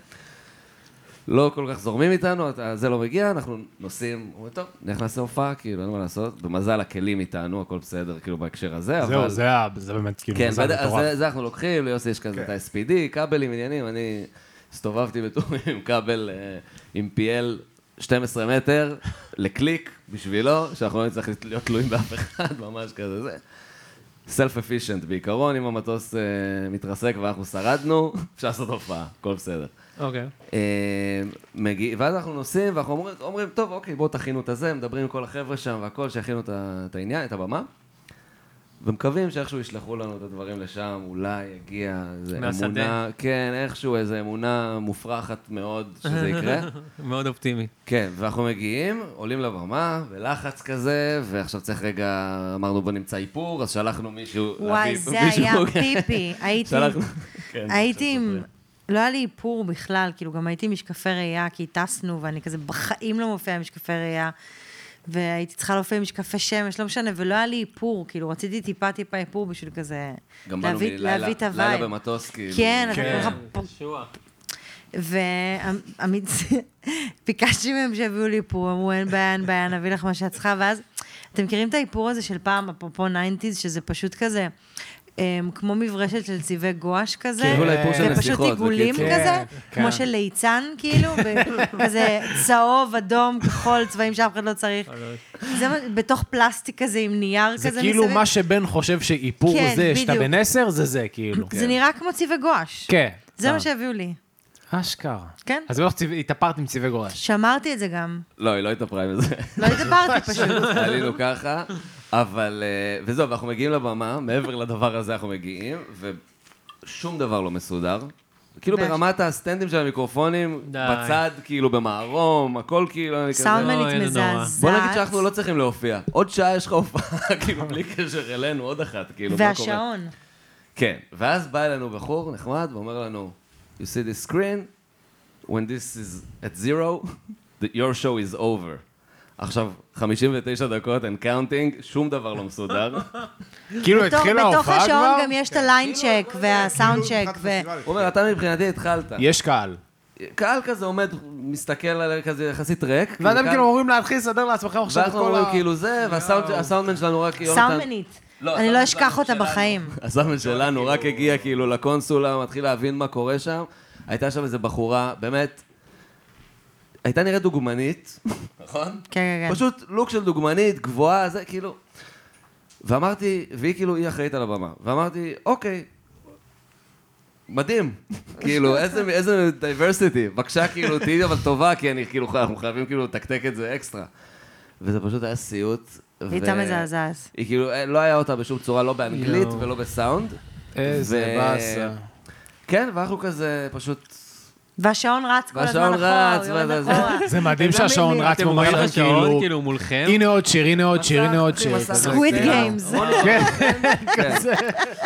לא כל כך זורמים איתנו, אתה, זה לא מגיע, אנחנו נוסעים, אומרים, טוב, נלך נעשה הופעה, כאילו, אין מה לעשות. במזל הכלים איתנו, הכל בסדר, כאילו, בהקשר הזה, אבל... זהו, זה ה- זה באמת כאילו, כן, מזל בד- אז מטורף. זה- זה אנחנו לוקחים, ליוסי יש כזה את ה-SPD, כבלים, עניינים, אני הסתובבתי בטורים עם כבל אה, עם PL 12 מטר לקליק בשבילו, שאנחנו לא נצטרך להיות תלויים באף אחד, ממש כזה זה. סלף אפישנט בעיקרון, אם המטוס אה, מתרסק ואנחנו שרדנו, אפשר לעשות הופעה, הכל בסדר. אוקיי. אה, מגיע, ואז אנחנו נוסעים, ואנחנו אומרים, אומרים, טוב, אוקיי, בואו תכינו את הזה, מדברים עם כל החבר'ה שם והכל, שיכינו את, ה- את העניין, את הבמה, ומקווים שאיכשהו ישלחו לנו את הדברים לשם, אולי יגיע איזה מהשדה. אמונה, כן, איכשהו איזו אמונה מופרכת מאוד שזה יקרה. מאוד אופטימי. כן, ואנחנו מגיעים, עולים לבמה, בלחץ כזה, ועכשיו צריך רגע, אמרנו בוא נמצא איפור, אז שלחנו מישהו, וואי, להביא זה היה מישהו- כן. פיפי. הייתי... אוקיי. שלחנו, כן, הייתי עם... לא היה לי איפור בכלל, כאילו גם הייתי עם משקפי ראייה, כי טסנו, ואני כזה בחיים לא מופיעה עם משקפי ראייה. והייתי צריכה להופיע עם משקפי שמש, לא משנה, ולא היה לי איפור, כאילו רציתי טיפה טיפה איפור בשביל כזה... גם באנו להביא- מלילה, להביא את לילה הווייב. במטוס, כאילו. כן, אז אני אומרת לך, ועמית, ביקשתי מהם שיביאו לי איפור, אמרו אין בעיה, אין בעיה, נביא לך מה שאת צריכה, ואז אתם מכירים את האיפור הזה של פעם, אפרופו ניינטיז, שזה פשוט כזה, אמ, כמו מברשת של צבעי גואש כזה, כן, אולי איפור של זה פשוט נסיכות, עיגולים בקיצור. כזה, כן, כמו כן. של ליצן כאילו, וכזה צהוב, אדום, כחול, צבעים שאף אחד לא צריך, זה מה- בתוך פלסטיק כזה עם נייר כזה זה מסביב, כאילו מה שבן חושב שאיפור כן, זה, שאתה בדיוק. כן. בן עשר, זה זה כאילו. זה נראה כמו צבעי גואש, כן. זה מה שהביאו לי. אשכרה. כן. אז בטח צבע- התאפרת עם צבעי גורש. שמרתי את זה גם. לא, היא לא התאפרה עם זה. לא התאפרתי פשוט. עלינו ככה, אבל... אה, וזהו, ואנחנו מגיעים לבמה, מעבר לדבר הזה אנחנו מגיעים, ושום דבר לא מסודר. כאילו בש- ברמת הסטנדים של המיקרופונים, די. בצד, כאילו במערום, הכל כאילו... אני כזה- אוי, סאונדמנית זה נורא. מזעזעת. בוא נגיד שאנחנו לא צריכים להופיע. עוד שעה יש לך הופעה, כאילו, בלי קשר אלינו, עוד אחת, כאילו, מה קורה? והשעון. כן, ואז בא אלינו בחור נחמד ואומר לנו, you see this screen, when this is at zero, the- your show is over. עכשיו, 59 דקות and counting, שום דבר לא מסודר. הוא כאילו, בתוך- התחילה בתוך ההופעה השעון כבר? גם יש את כן. הליין כאילו, צ'ק והסאונד צ'ק. ו- אומר, אתה מבחינתי התחלת. יש קהל. קהל כזה עומד, מסתכל עליהם כזה יחסית ריק. ואתם קהל- כאילו אומרים להתחיל לסדר לעצמכם עכשיו את ואנחנו כל אומרים ה... כאילו זה, והסאונד- הסאונדמן שלנו רק... יונתן- סאונדמנית. לא, אני הסאונדמן לא אשכח אותה שלנו. בחיים. הסאונד שלנו רק הגיע כאילו לקונסולה, מתחיל להבין מה קורה שם. הייתה שם איזו בחורה, באמת, הייתה נראית דוגמנית, נכון? כן, כן, כן. פשוט לוק של דוגמנית, גבוהה, זה כאילו... ואמרתי, והיא כאילו, היא אחראית על הבמה. ואמרתי, אוקיי, מדהים. כאילו, איזה- איזה דייברסיטי. בבקשה, כאילו, תהיי אבל טובה, כי אני כאילו, אנחנו חייבים כאילו לתקתק את זה אקסטרה. וזה פשוט היה סיוט. היא הייתה ו- מזעזעת. היא כאילו, אה, לא היה אותה בשום צורה, לא באנגלית יואו. ולא בסאונד. איזה ו- באסה. כן, ואנחנו כזה פשוט... והשעון רץ כל הזמן והשעון אחורה, רץ, הוא יורד וזה- אחורה. זה מדהים שהשעון רץ אתם ואומר רואים לכם השעון כאילו... כאילו מולכם? הנה עוד שיר, הנה עוד שיר, הנה עוד אחי, שיר. מסך. כזה. סקוויד כן. גיימס. כן.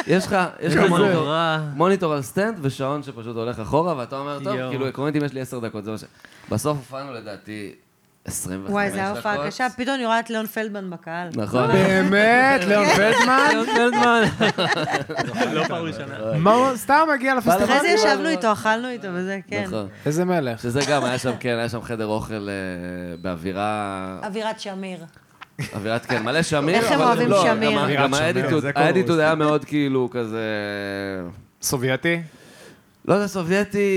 יש לך, יש לך כאילו זה מוניטור- נורא. מוניטור על סטנד ושעון שפשוט הולך אחורה, ואתה אומר, טוב, יואו. כאילו, עקרונית אם יש לי עשר דקות, זה מה ש... בסוף הופענו לדעתי 25 דקות. וואי, זו הייתה הופעה קשה. פתאום אני רואה את ליאון פלדמן בקהל. נכון. באמת, ליאון פלדמן? לא פעם ראשונה. מה הוא סתם מגיע לפסטיבל? אחרי זה ישבנו איתו, אכלנו איתו וזה, כן. נכון. איזה מלך. שזה גם, היה שם, כן, היה שם חדר אוכל אה, באווירה, אבירת כן. שמיר. אווירת, כן, מלא שמיר. אוקיי. איך הם אבל אוהבים לא, שמיר. גם ה- אווירת גם שמיר, האדיטוד, זה קורס. האדיטוד היה מאוד כאילו כזה... סובייטי? לא יודע, סובייטי,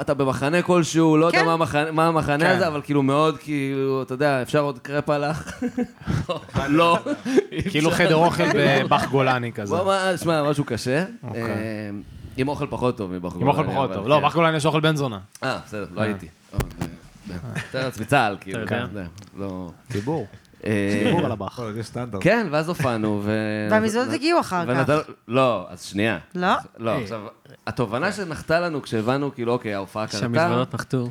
אתה במחנה כלשהו, לא יודע כן. מה המחנה- מה המחנה כן. הזה, אבל כאילו מאוד, כאילו, אתה יודע, אפשר עוד קרפ עלך? לא. כאילו חדר אוכל בבח גולני כזה. הוא אמר, שמע, משהו קשה. אה, עם אוכל פחות טוב מבחור. אוקיי. עם אוכל גולני, פחות אבל טוב. כן. לא, בח גולני יש אוכל בן זונה. אה, בסדר, לא הייתי. אבל, אה, תאר לעצמי צה"ל, כאילו. אתה יודע. כן, לא... דיבור. אה, דיבור על הבח. זה סטנדרט. כן, ואז הופענו, ו... והמזוודות הגיעו אחר כך. נכון. ונתן- לא, אז שנייה. לא? לא, עכשיו, התובנה כן. שנחתה לנו כשהבנו, כאילו, אוקיי, ההופעה קרתה, שהמזוונות נחתו.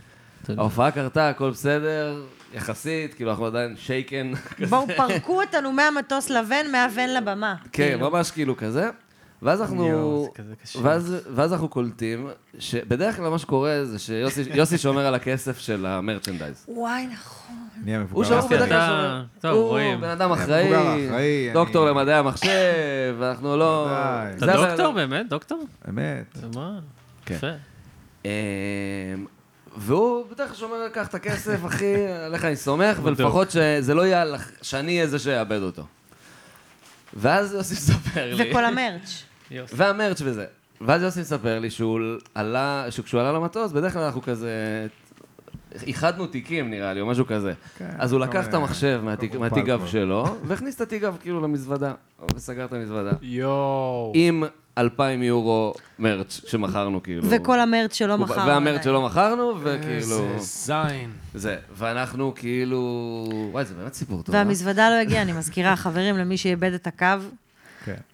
ההופעה קרתה, הכל בסדר, יחסית, כאילו, אנחנו עדיין כן, שייקן, בואו, פרקו אותנו מהמטוס לוון, מהוון לבמה. כן, כאילו. ממש כאילו כזה. ואז אנחנו, ואז, ואז אנחנו קולטים, שבדרך כלל מה שקורה זה שיוסי יוסי שומר על הכסף של המרצ'נדייז. וואי, נכון. נהיה מבוגר. הוא שומר, הוא אוקיי. בדרך אתה- כלל שומר, טוב, הוא רואים. בן אדם אני כן, מבוגר, אחראי, אחראי, דוקטור אני- למדעי המחשב, אנחנו לא... ודאי. זה אתה הבן דוקטור אדם. באמת? דוקטור? אמת. זה מה? כן. יפה. אמ, והוא בדרך כלל שומר, קח את הכסף, אחי, עליך אני סומך, ולפחות שזה לא יהיה, על- שאני אהיה זה שיאבד אותו. ואז יוסי מספר לי... וכל המרץ'. והמרץ' וזה. ואז יוסי מספר לי שהוא עלה, שכשהוא עלה למטוס, בדרך כלל אנחנו כזה... איחדנו תיקים נראה לי, או משהו כזה. אז הוא כן, כל לקח את מיני- המחשב מהתיק- מיני מהתיגב פלטות. שלו, והכניס את התיגב כאילו למזוודה, וסגר את המזוודה. יואו. עם 2,000 יורו מרץ' שמכרנו כאילו. וכל המרץ' שלא הוא- מכרנו. אה. עדיין. והמרץ' שלא מכרנו, וכאילו... זין. זה. ואנחנו כאילו... וואי, זה באמת סיפור טוב. אה? והמזוודה לא הגיעה, אני מזכירה, חברים, למי שאיבד את הקו.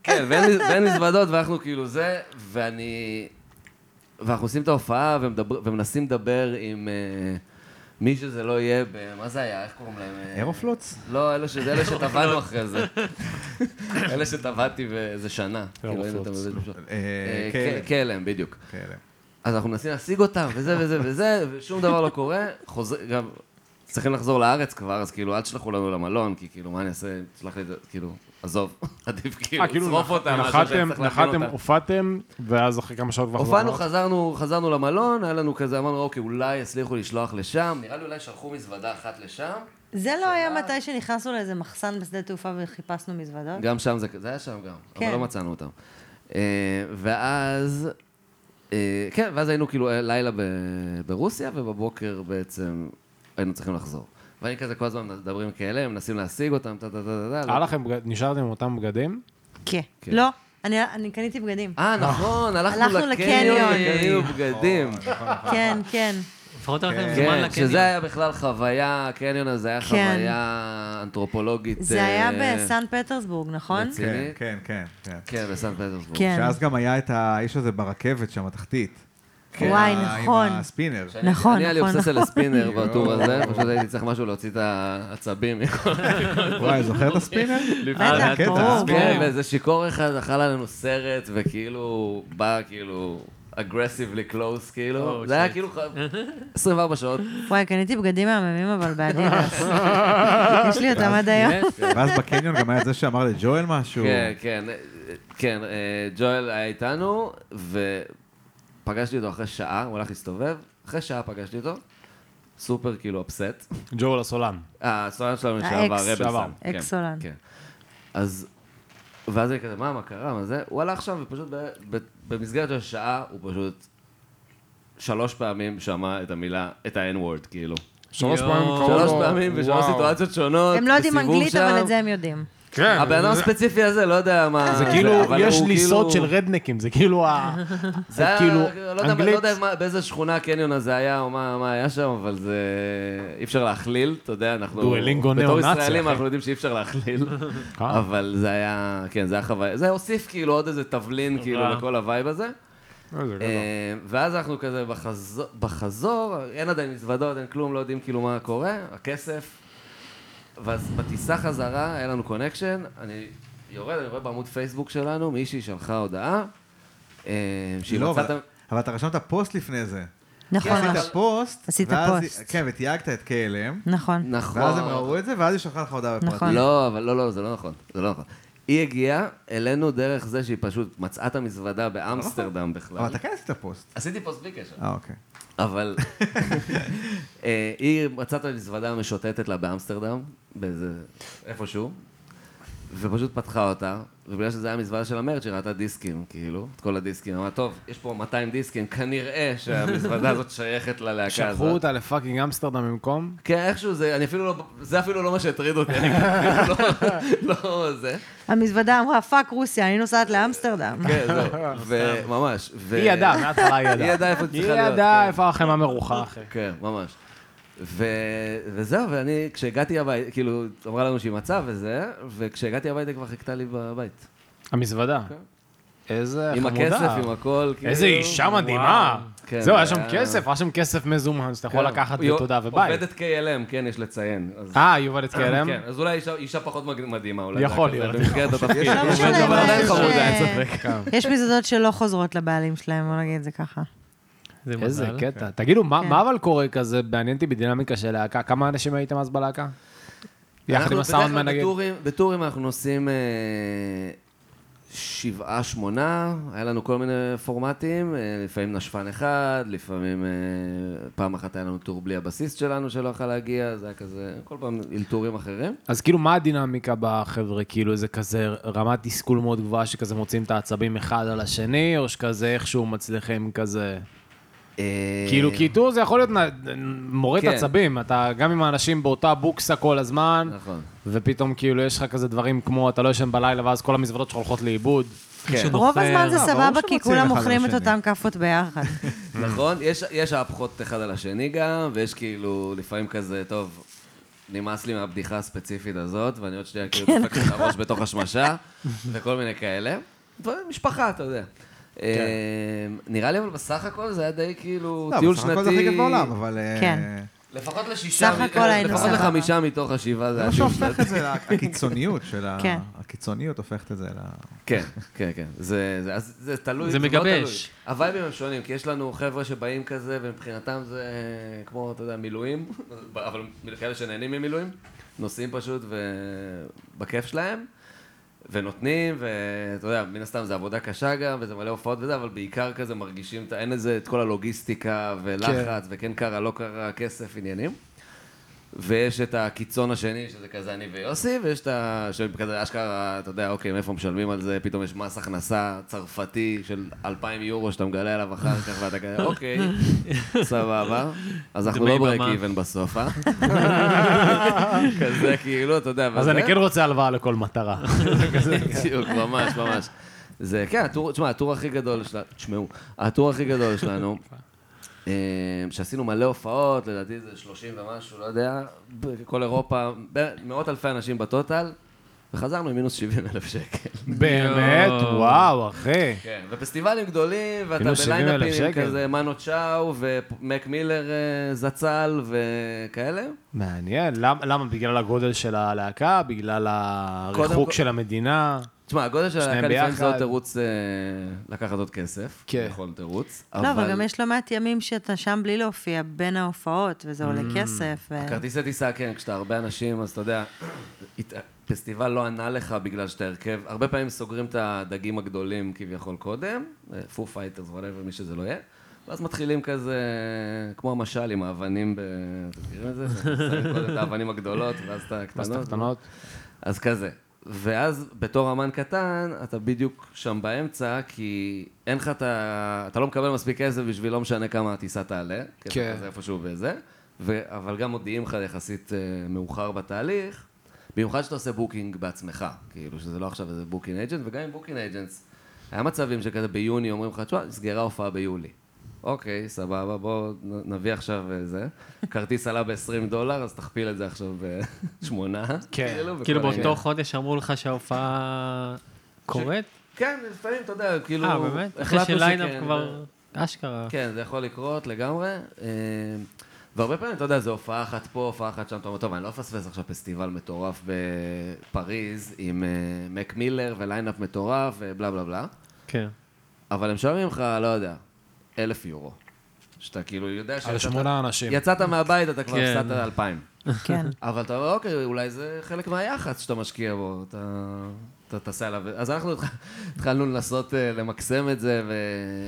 כן, ואין- ואין מזוודות, ואנחנו כאילו זה, ואני... ואנחנו עושים את ההופעה ומדבר, ומנסים לדבר עם אה, מי שזה לא יהיה, ב... מה זה היה? איך קוראים להם? אה, אירופלוץ? לא, אלה, ש... אלה שטבענו אחרי זה. אלה שטבעתי באיזה שנה. כאילו, היינו אירופלוץ. אותם בבית- אה, אה, כלב. כ- כלם, בדיוק. כאלה. אז אנחנו מנסים להשיג אותם, וזה וזה וזה, ושום דבר לא קורה. חוזר, גם צריכים לחזור לארץ כבר, אז כאילו, אל תשלחו לנו למלון, כי כאילו, מה אני אעשה, תשלח לי את זה, כאילו, עזוב, עדיף אה, כאילו, כאילו, שרוף אותם, מאשר נחתם, שאני צריך להבין נחתם, אותם. הופעתם, ואז אחרי כמה שעות כבר... לא- הופענו, חזרנו. חזרנו, חזרנו למלון, היה לנו כזה, אמרנו, אוקיי, אולי יצליחו לשלוח לשם, נראה לי אולי שלחו מזוודה אחת לשם, זה לא היה מתי שנכנסנו לאיזה מחסן בשדה תעופה וחיפשנו מזוודות? גם שם זה, זה היה שם גם, אבל כן. לא מצאנו אותם. אה, ואז, אה, כן, ואז היינו כאילו אה, לילה ב, ברוסיה, ובבוקר בעצם היינו צריכים לחזור. ואני כזה כל הזמן מדברים כאלה, מנסים להשיג אותם, טה טה טה טה טה. לא- היה לכם, בגד- נשארתם עם אותם בגדים? כן. כן. לא, אני אני קניתי בגדים. אה, נכון, הלכנו הלכנו לקניון. לקניון, קנינו בגדים. אה, כן, כן. לפחות היה לכם זמן כן, לקניון. שזה היה בכלל חוויה, הקניון הזה היה כן. חוויה אנתרופולוגית. זה היה אה, בסן פטרסבורג, נכון? רצינית. כן, כן, כן. כן, בסן פטרסבורג. כן. שאז גם היה את האיש הזה ברכבת שם, התחתית. וואי, ה- נכון. עם הספינר. נכון, אה, אני היה לי נכון, אובססיה נכון. לספינר בטור הזה, פשוט הייתי צריך משהו להוציא את העצבים. כן. וואי, זוכר את הספינר? בטח, הקטע, ברור, כן, ברור. ואיזה שיכור אחד אכל עלינו סרט, וכאילו בא כאילו אגרסיבלי קלוס, כאילו. Oh, זה היה shit. כאילו ח- 24 שעות. וואי, קניתי בגדים מהממים, אבל באדינס. אה. יש לי אותם עד היום. ואז בקניון גם היה את זה שאמר לג'ואל משהו. כן, כן, אה, כן, אה, ג'ואל היה איתנו, ופגשתי אותו אחרי שעה, הוא הלך להסתובב, אחרי שעה פגשתי אותו, סופר כאילו אפסט. ג'ואל הסולן. אה, הסולן שלנו לשעבר, האקס. רבלסון. כן, אקסולן. כן. אז, ואז אני כזה, מה, מה קרה, מה זה? הוא הלך שם, ופשוט ב- ב- במסגרת של שעה, הוא פשוט שלוש פעמים שמע את המילה, את ה-N-word, כאילו. שלוש פעמים יואו. קראו לו- שלוש פעמים בשלוש וואו. סיטואציות שונות, הם לא יודעים בסיבוב אנגלית, אבל שם. את זה הם יודעים. כן. הבן אדם זה- הספציפי הזה, לא יודע מה... זה כאילו, אבל יש הוא ליסות כאילו- של רדנקים, זה כאילו ה... זה היה, כאילו, לא יודע, לא אנגלית. יודע מה- באיזה שכונה הקניון הזה היה, או מה, מה היה שם, אבל זה... אי אפשר להכליל, אתה יודע, אנחנו... דואלינגו בתור ניאו-נאצי, ישראלים אחי. אנחנו יודעים שאי אפשר להכליל, אה. אבל זה היה, כן, זה היה חוויה. זה הוסיף כאילו עוד איזה תבלין, כאילו, לכל הווייב הזה. לא, אה, ואז אנחנו כזה בחזור, בחזור, אין עדיין מזוודות, אין כלום, לא יודעים כאילו מה קורה, הכסף. ואז בטיסה חזרה, היה לנו קונקשן, אני יורד, אני רואה בעמוד פייסבוק שלנו, מישהי שלחה הודעה, אה, שהיא לא, מצאה אבל- את ה- אבל אתה רשמת פוסט לפני זה. נכון, עשית כן. נכון. פוסט. עשית ואז- פוסט. כן, ותייגת את KLM. נכון. נכון. ואז הם ראו את זה, ואז היא שלחה לך הודעה בפרטי. נכון. לא, אבל לא, לא, זה לא נכון. זה לא נכון. היא הגיעה אלינו דרך זה שהיא פשוט מצאה את המזוודה באמסטרדם לא נכון. אבל בכלל. אתה כן עשית פוסט. עשיתי פוסט בלי קשר. אה, אוקיי. אבל אה, היא מצאה את המזוודה המשוטטת לה באמסטרדם, באיזה... איפשהו, ופשוט פתחה אותה, ובגלל שזה היה מזוודה של המרצ' היא ראתה דיסקים, כאילו, את כל הדיסקים. אמרה, טוב, יש פה 200 דיסקים, כנראה שהמזוודה הזאת שייכת ללהקה הזאת. שלחו אותה לפאקינג אמסטרדם במקום? כן, איכשהו זה, אני אפילו לא, זה אפילו לא מה שהטריד אותי, אני כאילו לא, לא זה, המזוודה אמרה, פאק רוסיה, אני נוסעת לאמסטרדם. כן, זהו, וממש. ו- היא ידעה, מההתחלה היא ידעה. היא ידעה איפה היא צריכה להיות. ידעה כן. איפה החמאה מרוחה, אחי. כן, ממש. ו... וזהו, ואני, כשהגעתי הביתה, כאילו, אמרה לנו שהיא מצאה וזה, וכשהגעתי הביתה כבר חיכתה לי בבית. המזוודה. כן. איזה עם אה, חמודה. הכסף, עם הכל, כאילו. איזה אישה מדהימה. כן, זהו, היה זה שם היה- כסף, היה שם כסף מזומן שאתה יכול כן. לקחת היא ותודה ובית. עובדת KLM, כן, יש לציין. אז- אה, היא עובדת כלם? כן, אז אולי אישה- אישה פחות מג- מדהימה, אולי. יכול זה כזה, להיות. במסגרת התפקיד. לא משנה, אבל אבל עדיין יש, חמודה, אה, אין ספק. יש מזוודות שלא חוזרות לבעלים שלהם, בוא נגיד את זה ככה. זה איזה מזל. קטע. תגידו, מה כן. מה אבל קורה כזה, מעניין אותי בדינמיקה של להקה, כמה אנשים הייתם אז בלהקה? יחד עם אנחנו בדרך הסאונדמן כלל נגיד? בטורים- בטורים אנחנו נוסעים אה, שבעה, שמונה, היה לנו כל מיני פורמטים, אה, לפעמים נשפן אחד, לפעמים אה, פעם אחת היה לנו טור בלי הבסיסט שלנו שלא יכל להגיע, זה היה כזה, כל פעם אלתורים אחרים. אז כאילו, מה הדינמיקה בחבר'ה? כאילו, זה כזה רמת תסכול מאוד גבוהה, שכזה מוצאים את העצבים אחד על השני, או שכזה איכשהו מצליחים כזה... אה, כאילו, כי טור זה יכול להיות נ- נ- מורט כן. עצבים, אתה גם עם האנשים באותה בוקסה כל הזמן, נכון. ופתאום כאילו יש לך כזה דברים כמו אתה לא ישן בלילה, ואז כל המזוודות שלך הולכות לאיבוד. כן, רוב הזמן זה אה, ברור סבבה, כי שמוציאים כולם אחד אוכלים את לשני. אותן כאפות ביחד. נכון, יש- יש האפחות אחד על השני גם, ויש כאילו לפעמים כזה, טוב, נמאס לי מהבדיחה הספציפית הזאת, ואני עוד שנייה כאילו כן. דופק לך את הראש בתוך השמשה, וכל מיני כאלה. דברים, משפחה, אתה יודע. כן. אה, נראה לי אבל בסך הכל זה היה די כאילו לא, טיול בסך הכל זה הכי שנתי, כיף בעולם, אבל... אה, כן. לפחות לשישה, סך מ- הכל היינו לפחות סבבה. לחמישה מתוך השבעה זה זה היה מה טיול שהופך שנתי. את זה, הקיצוניות של ה... כן. הקיצוניות הופכת את זה ל... כן, כן, כן. זה, זה, אז זה תלוי. זה מאוד תלוי. מגבש. הווייבים הם שונים, כי יש לנו חבר'ה שבאים כזה, ומבחינתם זה כמו, אתה יודע, מילואים, אבל כאלה שנהנים ממילואים, נוסעים פשוט ובכיף שלהם, ונותנים, ואתה יודע, מן הסתם זה עבודה קשה גם, וזה מלא הופעות וזה, אבל בעיקר כזה מרגישים, את- אין איזה, את כל הלוגיסטיקה ולחץ, וכן קרה, לא קרה, כסף, עניינים. ויש את הקיצון השני, שזה כזה אני ויוסי, ויש את ה... שכזה אשכרה, אתה יודע, אוקיי, מאיפה משלמים על זה, פתאום יש מס הכנסה צרפתי של 2,000 יורו שאתה מגלה עליו אחר כך, ואתה כזה, אוקיי, סבבה. אז אנחנו לא דמי ברייק במה. איבן בסוף, אה? כזה כאילו, אתה יודע, אז וזה- כן אני כן רוצה הלוואה לכל מטרה. בדיוק, ממש, ממש. זה, כן, הטור, תשמע, הטור הכי גדול שלנו, תשמעו, הטור הכי גדול שלנו, אה, שעשינו מלא הופעות, לדעתי זה 30 ומשהו, לא יודע, כל אירופה, ב- מאות אלפי אנשים בטוטל, וחזרנו עם מינוס 70 אלף שקל. באמת? יואו. וואו, אחי. כן, ופסטיבלים גדולים, ואתה מינוס 70,000 בליינאפים עם שקל. כזה מנו צ'או ומק מילר אה, זצ"ל וכאלה. מעניין. למה? למה? בגלל הגודל של הלהקה? בגלל קודם הריחוק כל- של המדינה? תשמע, הגודל של שניהם הלהקה לפעמים זה ביחד. עוד תירוץ אה, לקחת עוד כסף. כן. בכל תירוץ. לא, אבל גם יש לא מעט ימים שאתה שם בלי להופיע בין ההופעות, וזה עולה כסף. ו- כרטיסי טיסה, כן, כשאתה הרבה אנשים, אז אתה יודע, הת- פסטיבל לא ענה לך בגלל שאתה הרכב, הרבה פעמים סוגרים את הדגים הגדולים כביכול קודם, אה, פו פייטרס וואטאבר, מי שזה לא יהיה, ואז מתחילים כזה, כמו המשל עם האבנים, ב... אתם מכירים את זה? שאתה שם קודם את האבנים הגדולות, ואז את הקטנות. קטנות? אז כזה. ואז בתור אמן קטן, אתה בדיוק שם באמצע, כי אין לך את ה... אתה לא מקבל מספיק כסף בשביל לא משנה כמה הטיסה תעלה. כי אתה כן. כזה איפשהו בזה. ו... אבל גם מודיעים לך יחסית אה, מאוחר בתהליך, במיוחד שאתה עושה בוקינג בעצמך, כאילו שזה לא עכשיו איזה בוקינג אייג'נט, וגם עם בוקינג אייג'נטס, היה מצבים שכזה ביוני אומרים לך, תשמע, נסגרה הופעה ביולי. אוקיי, סבבה, בוא נ- נביא עכשיו אה, זה. כרטיס עלה ב-20 דולר, אז תכפיל את זה עכשיו בשמונה. כן. וכל כאילו באותו העניין. חודש אמרו לך שההופעה קורית? כן, לפעמים, אתה יודע, כאילו... אה, באמת? אחרי החלטנו שליינאפ שכן, כבר אשכרה. כן, זה יכול לקרות לגמרי. אה, והרבה פעמים, אתה יודע, זו הופעה אחת פה, הופעה אחת שם, אתה אומר, טוב, אני לא אפספס עכשיו פסטיבל מטורף בפריז עם אה, מק מילר וליינאפ מטורף ובלה בלה בלה, כן. אבל הם שומעים לך, לא יודע, אלף יורו. שאתה כאילו יודע על שיצאת שמונה אנשים. יצאת מהבית, אתה כבר כן. הפסדת אלפיים. כן. אבל אתה אומר, אוקיי, אולי זה חלק מהיח"צ שאתה משקיע בו, אתה... אתה תעשה עליו... אז אנחנו התח- התחלנו לנסות אה, למקסם את זה,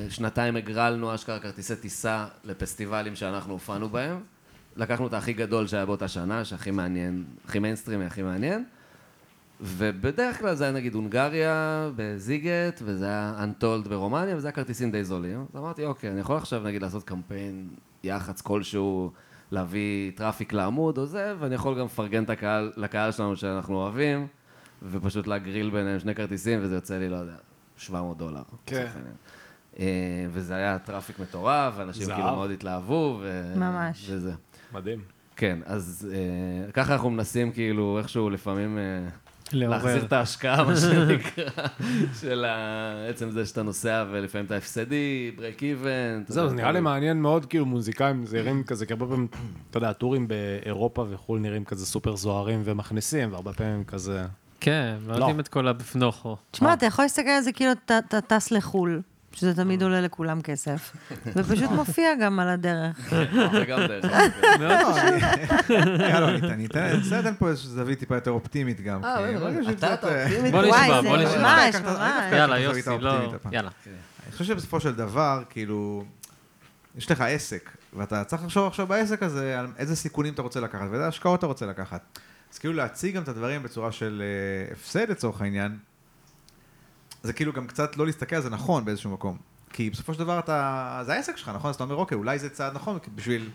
ושנתיים הגרלנו אשכרה כרטיסי טיסה לפסטיבלים שאנחנו הופענו בהם. לקחנו את הכי גדול שהיה באותה שנה, שהכי מעניין, הכי מיינסטרימי, הכי מעניין. ובדרך כלל זה היה נגיד הונגריה בזיגט, וזה היה אנטולד ברומניה, וזה היה כרטיסים די זולים. אז אמרתי, אוקיי, אני יכול עכשיו נגיד לעשות קמפיין יח"צ כלשהו, להביא טראפיק לעמוד או זה, ואני יכול גם לפרגן את הקהל, לקהל שלנו שאנחנו אוהבים, ופשוט להגריל ביניהם שני כרטיסים, וזה יוצא לי, לא יודע, 700 דולר. כן. לצורך העניין. אה, וזה היה טראפיק מטורף, אנשים זהב. כאילו מאוד התלהבו, ו... ממש. וזה. מדהים. כן, אז אה, ככה אנחנו מנסים כאילו איכשהו לפעמים אה, להחזיר לעורר. את ההשקעה, מה שנקרא, של ה- עצם זה שאתה נוסע ולפעמים אתה הפסדי, ברייק איבן. זהו, זה נראה לי מעניין מאוד, כאילו מוזיקאים זהירים כזה, כי הרבה פעמים, אתה יודע, הטורים באירופה וחו"ל נראים כזה סופר זוהרים ומכניסים, והרבה פעמים כזה... כן, לא יודעים את כל הבפנוכו. כן, תשמע, אתה יכול להסתכל על זה כאילו אתה- אתה טס לחו"ל, שזה תמיד עולה לכולם כסף, ופשוט מופיע גם על הדרך. זה גם דרך אגב. כן. אה, יאללה, ניתן, ניתן, בסדר, ניתן פה איזו זווית טיפה יותר אופטימית גם. אה, כי רגע, ברגע רגע, שקצת, אתה, אתה אה, אופטימי? בוא וואי, נשמע, זה בוא נשמע. ממש, לקחת- ממש. לקחת- יאללה, הזווית יוסי, לא... האופטימית הפעם. יאללה. אני חושב שבסופו של דבר, כאילו, יש לך עסק, ואתה צריך לחשוב עכשיו בעסק הזה על איזה סיכונים אתה רוצה לקחת ואיזה השקעות אתה רוצה לקחת. אז כאילו להציג גם את הדברים בצורה של אה, הפסד לצורך העניין, זה כאילו גם קצת לא להסתכל על זה נכון באיזשהו מקום. כי בסופו של דבר אתה, זה העסק שלך, נכון? אז אתה אומר, אוקיי, אולי זה צעד נכון בשביל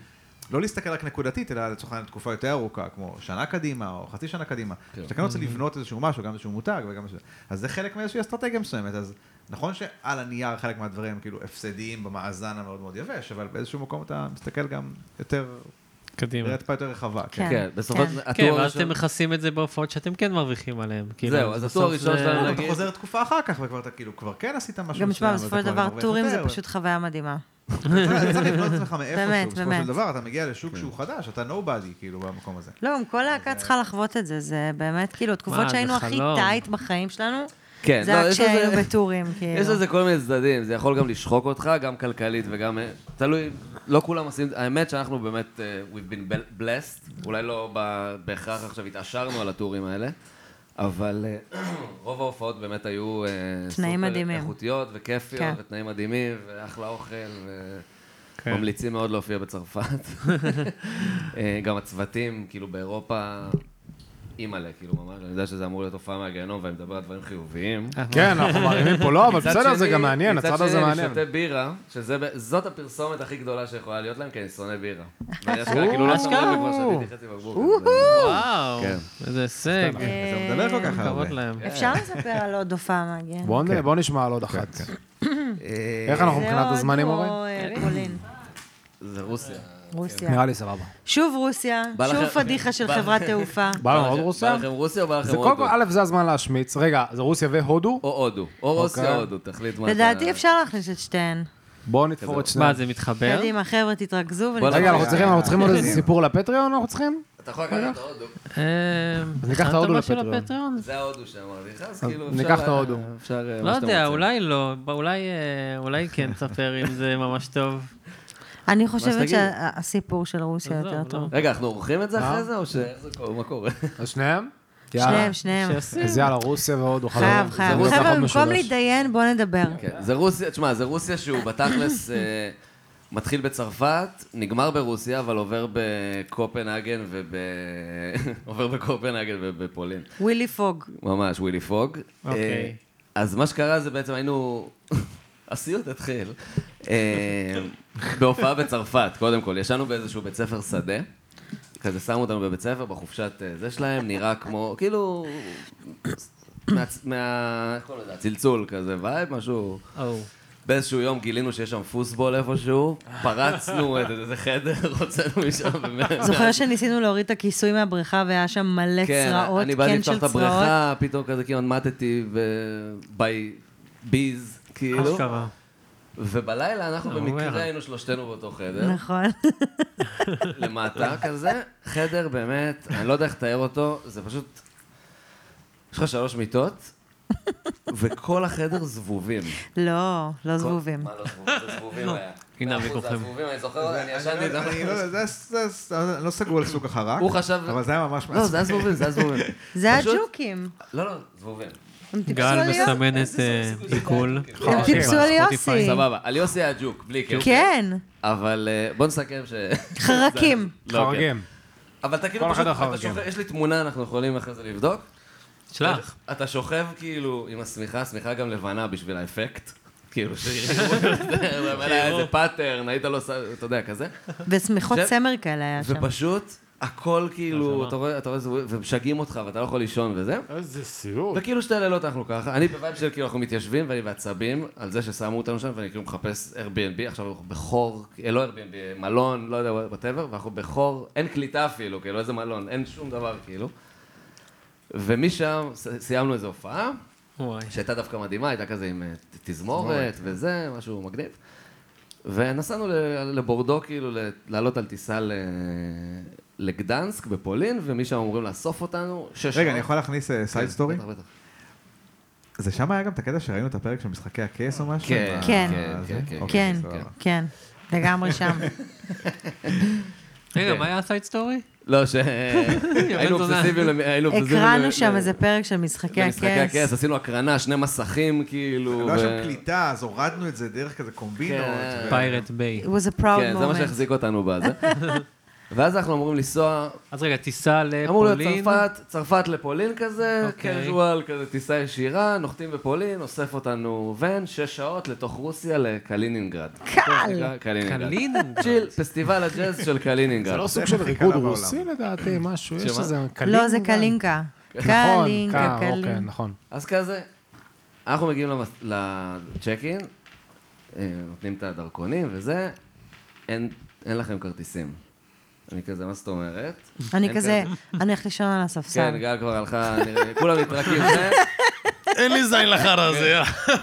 לא להסתכל רק נקודתית, אלא לצורך העניין תקופה יותר ארוכה, כמו שנה קדימה או חצי שנה קדימה. כן. שאתה כן רוצה לבנות איזשהו משהו, גם איזשהו מותג וגם איזשהו... אז זה חלק מאיזושהי אסטרטגיה מסוימת. אז נכון שעל הנייר חלק מהדברים הם כאילו הפסדיים במאזן המאוד מאוד יבש, אבל באיזשהו מקום אתה מסתכל גם יותר, קדימה. בראייה טיפה יותר רחבה. כן. כן, כן, בסופו של כן. הטור כן, ואז הראשון- אתם מכסים את זה בהופעות שאתם כן מרוויחים עליהן. כאילו, זהו, אז בסוף הטור הראשון זה- שלנו, אתה נגיד- חוזר תקופה אחר כך וכבר אתה כאילו כבר כן עשית משהו גם תשמע, מסוים, בסופו ואתה של כבר דבר מרוויח טורים זה יותר, פשוט חוויה מדהימה. אתה צריך לבנות את עצמך מאיפשהו, באמת, בסופו באמת. של דבר אתה מגיע לשוק כן. שהוא חדש, אתה nobody כאילו במקום הזה. לא, גם כל להקה צריכה לחוות את זה, זה באמת, כאילו, מה, התקופות זה שהיינו הכי חלום. טייט בחיים שלנו, כן, זה לא, היה יש לזה- כשהיינו בטורים, כאילו. יש לזה כל מיני צדדים, זה יכול גם לשחוק אותך, גם כלכלית וגם... אה, תלוי, לא כולם עושים... האמת שאנחנו באמת, אה, we've been bel- blessed, אולי לא ב- בהכרח עכשיו התעשרנו על הטורים האלה, אבל אה, רוב ההופעות באמת היו אה, תנאים מדהימים. איכותיות וכיפיות, כן. ותנאים מדהימים, ואחלה אוכל, וממליצים מאוד להופיע בצרפת. אה, גם הצוותים, כאילו באירופה... אימא'לה, כאילו, ממש, אני יודע שזה אמור להיות הופעה מהגיהנום, ואני מדבר על דברים חיוביים. כן, אנחנו מערימים פה, לא, אבל נכון. מצד בסדר, זה שני- גם מעניין, הצד הזה מצד שני, מעניין. אני שותה בירה, שזאת הפרסומת הכי גדולה שיכולה להיות להם, כי אני שונא בירה. ואני אשכרה, אוו. כאילו, לא שמו לב אשכרה. כבר שתיתי חצי בקבוק. אז, וואו, כן. איזה הישג. אה, אתה מדבר כל כך הרבה. כבוד להם. אפשר לספר על עוד הופעה מעניינת. בוא נ- בוא נשמע על עוד אחת. כן. אה, לא. איך אנחנו זה מבחינת עוד הזמנים, או, אורי? אה, פולין, זה רוסיה. רוסיה. נראה לי סבבה. שוב רוסיה, בא שוב לכם- פדיחה של בא- חברת תעופה. בא לנו אה, עוד רוסיה? לא, בא לכם רוסיה או בא לכם זה קודם הודו? כל, א', זה הזמן להשמיץ. רגע, זה רוסיה והודו? או הודו. או אוקיי. רוסיה או הודו, תחליט מה אתה... לדעתי אפשר להכניס את שתיהן. בואו נתפור את שניהם. מה, זה מתחבר? קדימה, חבר'ה, תתרכזו בוא רגע, ונתחיל. אנחנו צריכים אנחנו אה, צריכים עוד איזה סיפור לפטריון אנחנו צריכים? אתה יכול לקחת את ההודו. אה, ניקח את הכנת ההודו משהו לפטריון. זה ההודו שאמרתי לך, אז אז כאילו ניקח אפשר- את ההודו. אפשר... אה, לא מה שאתם יודע, רוצים. אולי לא, ב- אולי, אה, אולי כן תספר אם זה ממש טוב. אני מה חושבת שתגידו. שהסיפור של רוסיה עזוב, יותר לא. טוב. רגע, אנחנו עורכים את זה אחרי זה, או ש... איך זה קורה? מה קורה? אז שניהם? יאללה. שניהם, שניהם. שעושים. אז יאללה, רוסיה והודו. חברים. חייב, זה חייב. רוסיה חבר'ה, חוד במקום משולש. להתדיין, בואו נדבר. כן, זה רוסיה, תשמע, זה רוסיה שהוא בתכלס אה, מתחיל בצרפת, נגמר ברוסיה, אבל עובר בקופנהגן וב... עובר בקופנהגן ובפולין. ווילי פוג. ממש, ווילי פוג. אוקיי. אה, אז מה שקרה זה בעצם היינו... הסיוט התחיל. אה, בהופעה בצרפת, קודם כל. ישנו באיזשהו בית ספר שדה. כזה שמו אותנו בבית ספר, בחופשת אה, זה שלהם, נראה כמו, כאילו... מה... מה- איך קוראים לזה? הצלצול כזה וייב, משהו... או. באיזשהו יום גילינו שיש שם פוסבול איפשהו, פרצנו את איזה חדר, הוצאנו משם. באמת. זוכר שניסינו להוריד את הכיסוי מהבריכה והיה שם מלא צרעות, אני באתי כן לפתוח של את צרעות. הבריכה, פתאום כזה כאילו כמעט מתתי ביי ביז, כאילו. אשכרה. ובלילה אנחנו אה, אומר. במקרה היינו שלושתנו באותו חדר, נכון. למטה כזה. חדר באמת, אני לא יודע איך לתאר אותו, זה פשוט... יש לך שלוש מיטות, וכל החדר זבובים. לא, לא כל- זבובים. מה לא זבובים? זה זבובים היה. הנה מאה אחוז, זה הוויכוחים. הזבובים, אני זוכר, אני ישנתי איתם. אני לא- זה- זה- זה- אני לא סגור על סוג החרק, הוא חשב... אבל זה היה ממש לא, מעצבן. זה היה זבובים, זה היה זבובים. זה פשוט- הג'וקים. לא, לא, זבובים. הם טיפסו גל על יוסי. מסמנת אה, עיכול. הם טיפסו על יוסי. אוקיי, סבבה, על יוסי היה ג'וק, בלי קשר. כן, אבל אה, בוא נסכם ש... חרקים. זה- לא, כן. חרגים. אבל אתה כאילו כל פשוט, אחד אתה חרקים. שוכב, יש לי תמונה, אנחנו יכולים אחרי זה לבדוק. שלח. אתה שוכב כאילו עם השמיכה, השמיכה גם לבנה בשביל האפקט. כאילו שיראו את זה, אבל היה איזה פאטרן, היית לא... ש- אתה יודע, כזה. ושמיכות זה- צמר כאלה היה שם. ופשוט, הכל לא, כאילו, אתה רואה, אתה רואה, זבובים, ומשגעים אותך ואתה לא יכול לישון וזה. איזה סיוט. וכאילו שתי לילות אנחנו ככה, אני בבית של כאילו אנחנו מתיישבים ואני בעצבים על זה ששמו אותנו שם ואני כאילו מחפש Airbnb, עכשיו אנחנו בחור, אה, לא Airbnb, מלון, לא יודע, וואטאבר, ואנחנו בחור, אין קליטה אפילו, כאילו איזה מלון, אין שום דבר כאילו. ומשם ס- סיימנו איזו הופעה, וואי. שהייתה דווקא מדהימה, הייתה כזה עם אה, ת- תזמורת כן. וזה, משהו מגניב. ונסענו ל- לבורדו, כאילו, ל- לעלות על טיסה ל- לגדנסק בפולין, ומשם אמורים לאסוף אותנו, שש שעות. רגע, אני יכול להכניס סייד כן, סטורי? בטח, בטח. זה שם היה גם את הקטע שראינו את הפרק של משחקי הכס או משהו? כן. עם ה- כן. זה? כן, כן, אוקיי, כן, סבבה. כן, לגמרי שם. רגע, מה היה הסייד סטורי? אה, לא, שהיינו זונה. אובססיביים, למ- היינו אובססיביים. הקראנו ל- שם ל- איזה פרק כן, של משחקי למשחקי הכס, הכס. עשינו הקרנה, שני מסכים, כאילו. לא היה ו- שם קליטה, אז הורדנו את זה דרך כזה קומבינות. כן. ו- פיירט ביי. It was a proud כן, זה מה moment. שהחזיק אותנו בזה. ואז אנחנו אמורים לנסוע, אז רגע, טיסה אמור להיות לפולין. צרפת, צרפת לפולין כזה, אוקיי. קז'ואל, כזה טיסה ישירה, נוחתים בפולין, אוסף אותנו ון, שש שעות לתוך רוסיה לקלינינגרד. קל! קלינינגרד. קלינינגרד. צ'יל, פסטיבל הג'אז של קלינינגרד. זה לא סוג הכי של קלה ריקוד בעולם. רוסי לדעתי, משהו, יש שמה? איזה קלינגה. לא, זה קלינקה. נכון, קלינקה, קל, אוקיי, קלינקה. נכון. אז כזה, אנחנו מגיעים למס- לצ'ק אין, אה, נותנים את הדרכונים וזה, אין, אין לכם כרטיסים. אני כזה, מה זאת אומרת? אני אין כזה, כרטיס- אני הולכת לישון על הספסל. כן, גל כבר הלכה, נראה- כולם מתרקים, אה? זה, אין לי זין אוקיי. לחרא הזה,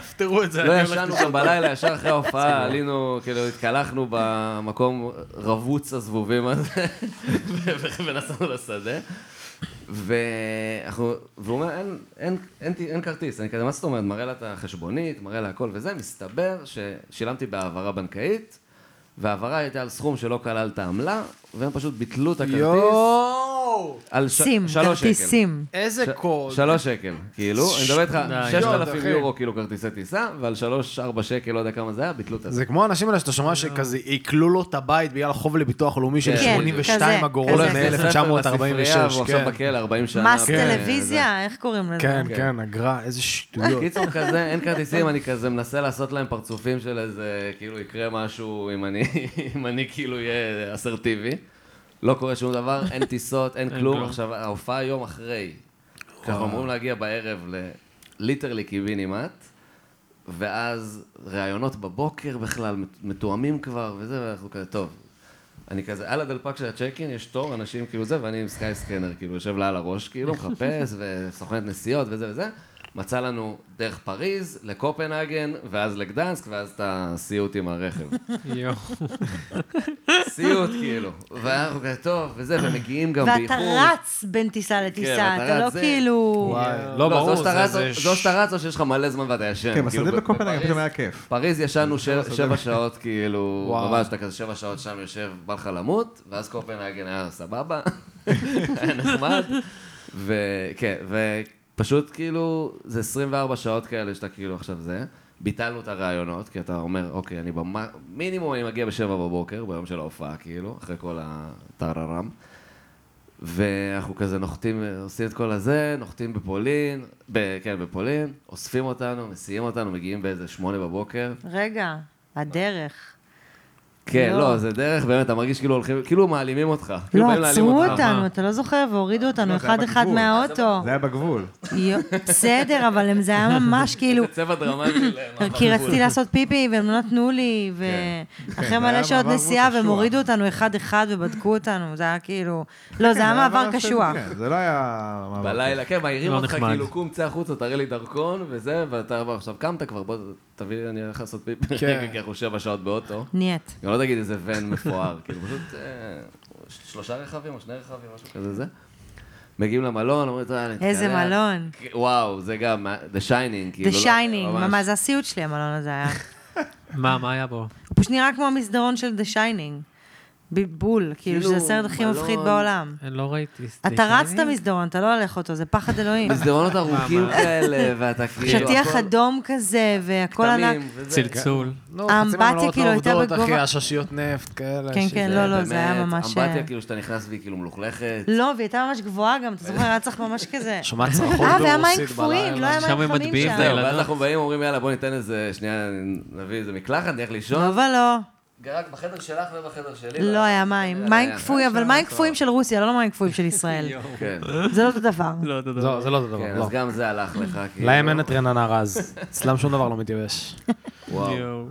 תפתרו את זה. לא ישנו גם בלילה, ישר אחרי ההופעה, עלינו, כאילו, התקלחנו במקום רבוץ הזבובים הזה, ו- ונסענו לשדה. ואנחנו, והוא אומר, אין, אין, אין, אין, אין כרטיס, אני כזה, מה זאת אומרת? מראה לה את החשבונית, מראה לה הכל וזה, מסתבר ששילמתי בהעברה בנקאית, וההעברה הייתה על סכום שלא כלל את העמלה, והם פשוט ביטלו את הכרטיס. יואו! על ש- שים, שלוש שקל. כרטיסים. איזה קוד. שלוש שקל, כאילו, אני מדבר איתך, די. 6,000 אחי. יורו כאילו כרטיסי טיסה, ועל 3-4 שקל, לא יודע כמה זה היה, ביטלו את זה. זה כמו האנשים האלה שאתה שומע שכזה עיקלו לו את הבית בגלל חוב לביטוח לאומי של כן, 82 כזה, הוא אגורות לא כזה. החזיר ספר לספרייה, מ-1946. והוא עכשיו בכלא 40 שנה. כן. מס ו- טלוויזיה, איך קוראים לזה? כן, כן, אגרה, איזה שטויות. קיצור כזה, אין כרטיסים, אני כזה מנסה לעשות להם פרצופים של איזה, כאילו יקרה משהו אם אני, אם אני כאילו אהיה אסרטיבי. לא קורה שום דבר, אין טיסות, אין כלום. עכשיו, ההופעה יום אחרי. אנחנו אמורים להגיע בערב לליטרלי קיבינימט, ואז ראיונות בבוקר בכלל, מתואמים כבר וזה, ואנחנו כזה, טוב. אני כזה, על הדלפק של הצ'קין, יש תור, אנשים כאילו זה, ואני עם סקאי סקנר, כאילו, יושב לה על הראש, כאילו, מחפש, וסוכנת נסיעות וזה וזה. מצא לנו דרך פריז, לקופנהגן, ואז לגדנסק, ואז את הסיוט עם הרכב. יואו. סיוט, כאילו. ואנחנו כזה, טוב, וזה, ומגיעים גם באיחור. ואתה רץ בין טיסה כן, לטיסה, אתה אתה רץ, לא זה- כאילו... לא, לא, ברור, זו שאתה זה- רץ- זה... ש- זו שאתה רץ או שיש לך מלא זמן ואתה ישן. כן, כאילו, בשדה בקופנהגן בפריז- פתאום היה כיף. פריז ישנו ש- בשדה. שבע שעות, כאילו, וואו. ממש, אתה כזה שבע שעות שם יושב, בא לך למות, ואז קופנהגן היה סבבה, היה נחמד, וכן, ופשוט כאילו, זה 24 שעות כאלה שאתה כאילו עכשיו זה. ביטלנו את הרעיונות, כי אתה אומר, אוקיי, אני במה... מינימום אני מגיע בשבע בבוקר, ביום של ההופעה, כאילו, אחרי כל הטררם. ואנחנו כזה נוחתים, עושים את כל הזה, נוחתים בפולין, ב, כן, בפולין, אוספים אותנו, מסיעים אותנו, מגיעים באיזה שמונה בבוקר. רגע, הדרך. כן, לא. לא, זה דרך, באמת, אתה מרגיש כאילו הולכים, כאילו מעלימים אותך. כאילו לא, באים להעלים עצרו אותך. אותנו, אתה לא זוכר, והורידו אותנו לא, זה היה אחד-אחד בגבול. מהאוטו. זה היה בגבול. יו, בסדר, אבל הם- זה היה ממש כאילו... צבע דרמטי. למעבר כי גבול. רציתי לעשות פיפי, והם לא נתנו לי, ואחרי כן, זה מלא היה שעות מעבר נסיעה, מאוד והם קשוח. הורידו אותנו אחד-אחד ובדקו אותנו, זה היה כאילו... לא, כן, זה היה מעבר אבל- קשוח. כן, זה לא היה... מעבר בלילה, כן, מעירים לא אותך, נחמד. כאילו, קום, צא החוצה, תראה לי דרכון, וזה, ואתה אומר, עכשיו קמת כבר, בוא, תביא, אני הולך לעשות פיפי, כן. רגע, כי אנחנו שבע שעות באוטו. נייט. גם לא תגיד איזה ון מפואר, כאילו פשוט אה, שלושה רכבים או שני רכבים, משהו כזה זה. מגיעים למלון, אומרים, "טוב, נתקלח." איזה מלון. וואו, זה גם, אה, The Shining, כאילו. The לא- Shining, ממש. ממש, זה הסיוט שלי, המלון הזה היה. מה, מה היה בו? הוא פשוט נראה כמו המסדרון של The Shining. ב- בול, כאילו, שזה הסרט הכי מלון. מפחיד בעולם. אני לא ראיתי. אתה רץ את המסדרון, אתה לא הולך אותו, זה פחד אלוהים. מסדרונות ארוכים כאלה, ואתה כאילו... שטיח הכל- אדום כזה, והכל ענק. כתמים, וזה. צלצול. נו, האמבטיה חצי מהמלונות כאילו לא הייתה עובדות, בגובה- אחי, הששיות נפט כאלה. כן, שזה- כן, לא, לא, זה היה באמת, ממש... אמבטיה כאילו שאתה נכנס והיא כאילו מלוכלכת. לא, והיא הייתה ממש גבוהה גם, אתה זוכר, היה צריך ממש כזה. שומע צרחות אה, והיה מים ברוסית קפואים, בלילה. לא היה שם מים הם חמים מטביעים את שם. זהו, הילדות. ואז אנחנו באים, אומרים, יאללה, בוא ניתן איזה, שנייה, נביא איזה מקלחת, נלך לישון. אבל לא, רק בחדר שלך ובחדר שלי. לא היה מים. מים היה- קפואים, אבל היה מים שם קפואים של רוסיה, לא מים קפואים של ישראל. כן, זה לא אותו דבר. לא, אתה יודע. לא, זה לא אותו דבר, כן, לא. אז גם זה הלך לך, כאילו. להם אין את רננה רז. אצלם שום דבר לא מתייבש. וואו. יואו.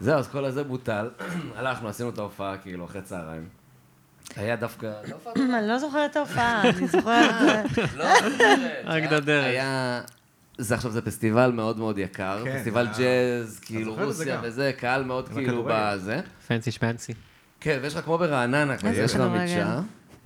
זהו, אז כל הזה בוטל. הלכנו, עשינו את ההופעה, כאילו, אחרי צהריים. היה דווקא... לא הופעה, אני לא זוכרת את ההופעה, אני זוכרת... לא, דרך. רק בדרך. היה... זה עכשיו, זה פסטיבל מאוד מאוד יקר. כן, פסטיבל זה היה- ג'אז, כאילו, זוכר את זה רוסיה גם. וזה, קהל מאוד אבל כאילו כדורגל. בזה. פנסי שמנסי. כן, ויש לך כמו ברעננה, כזה, איזה יש לך כדורגל. מדשאה.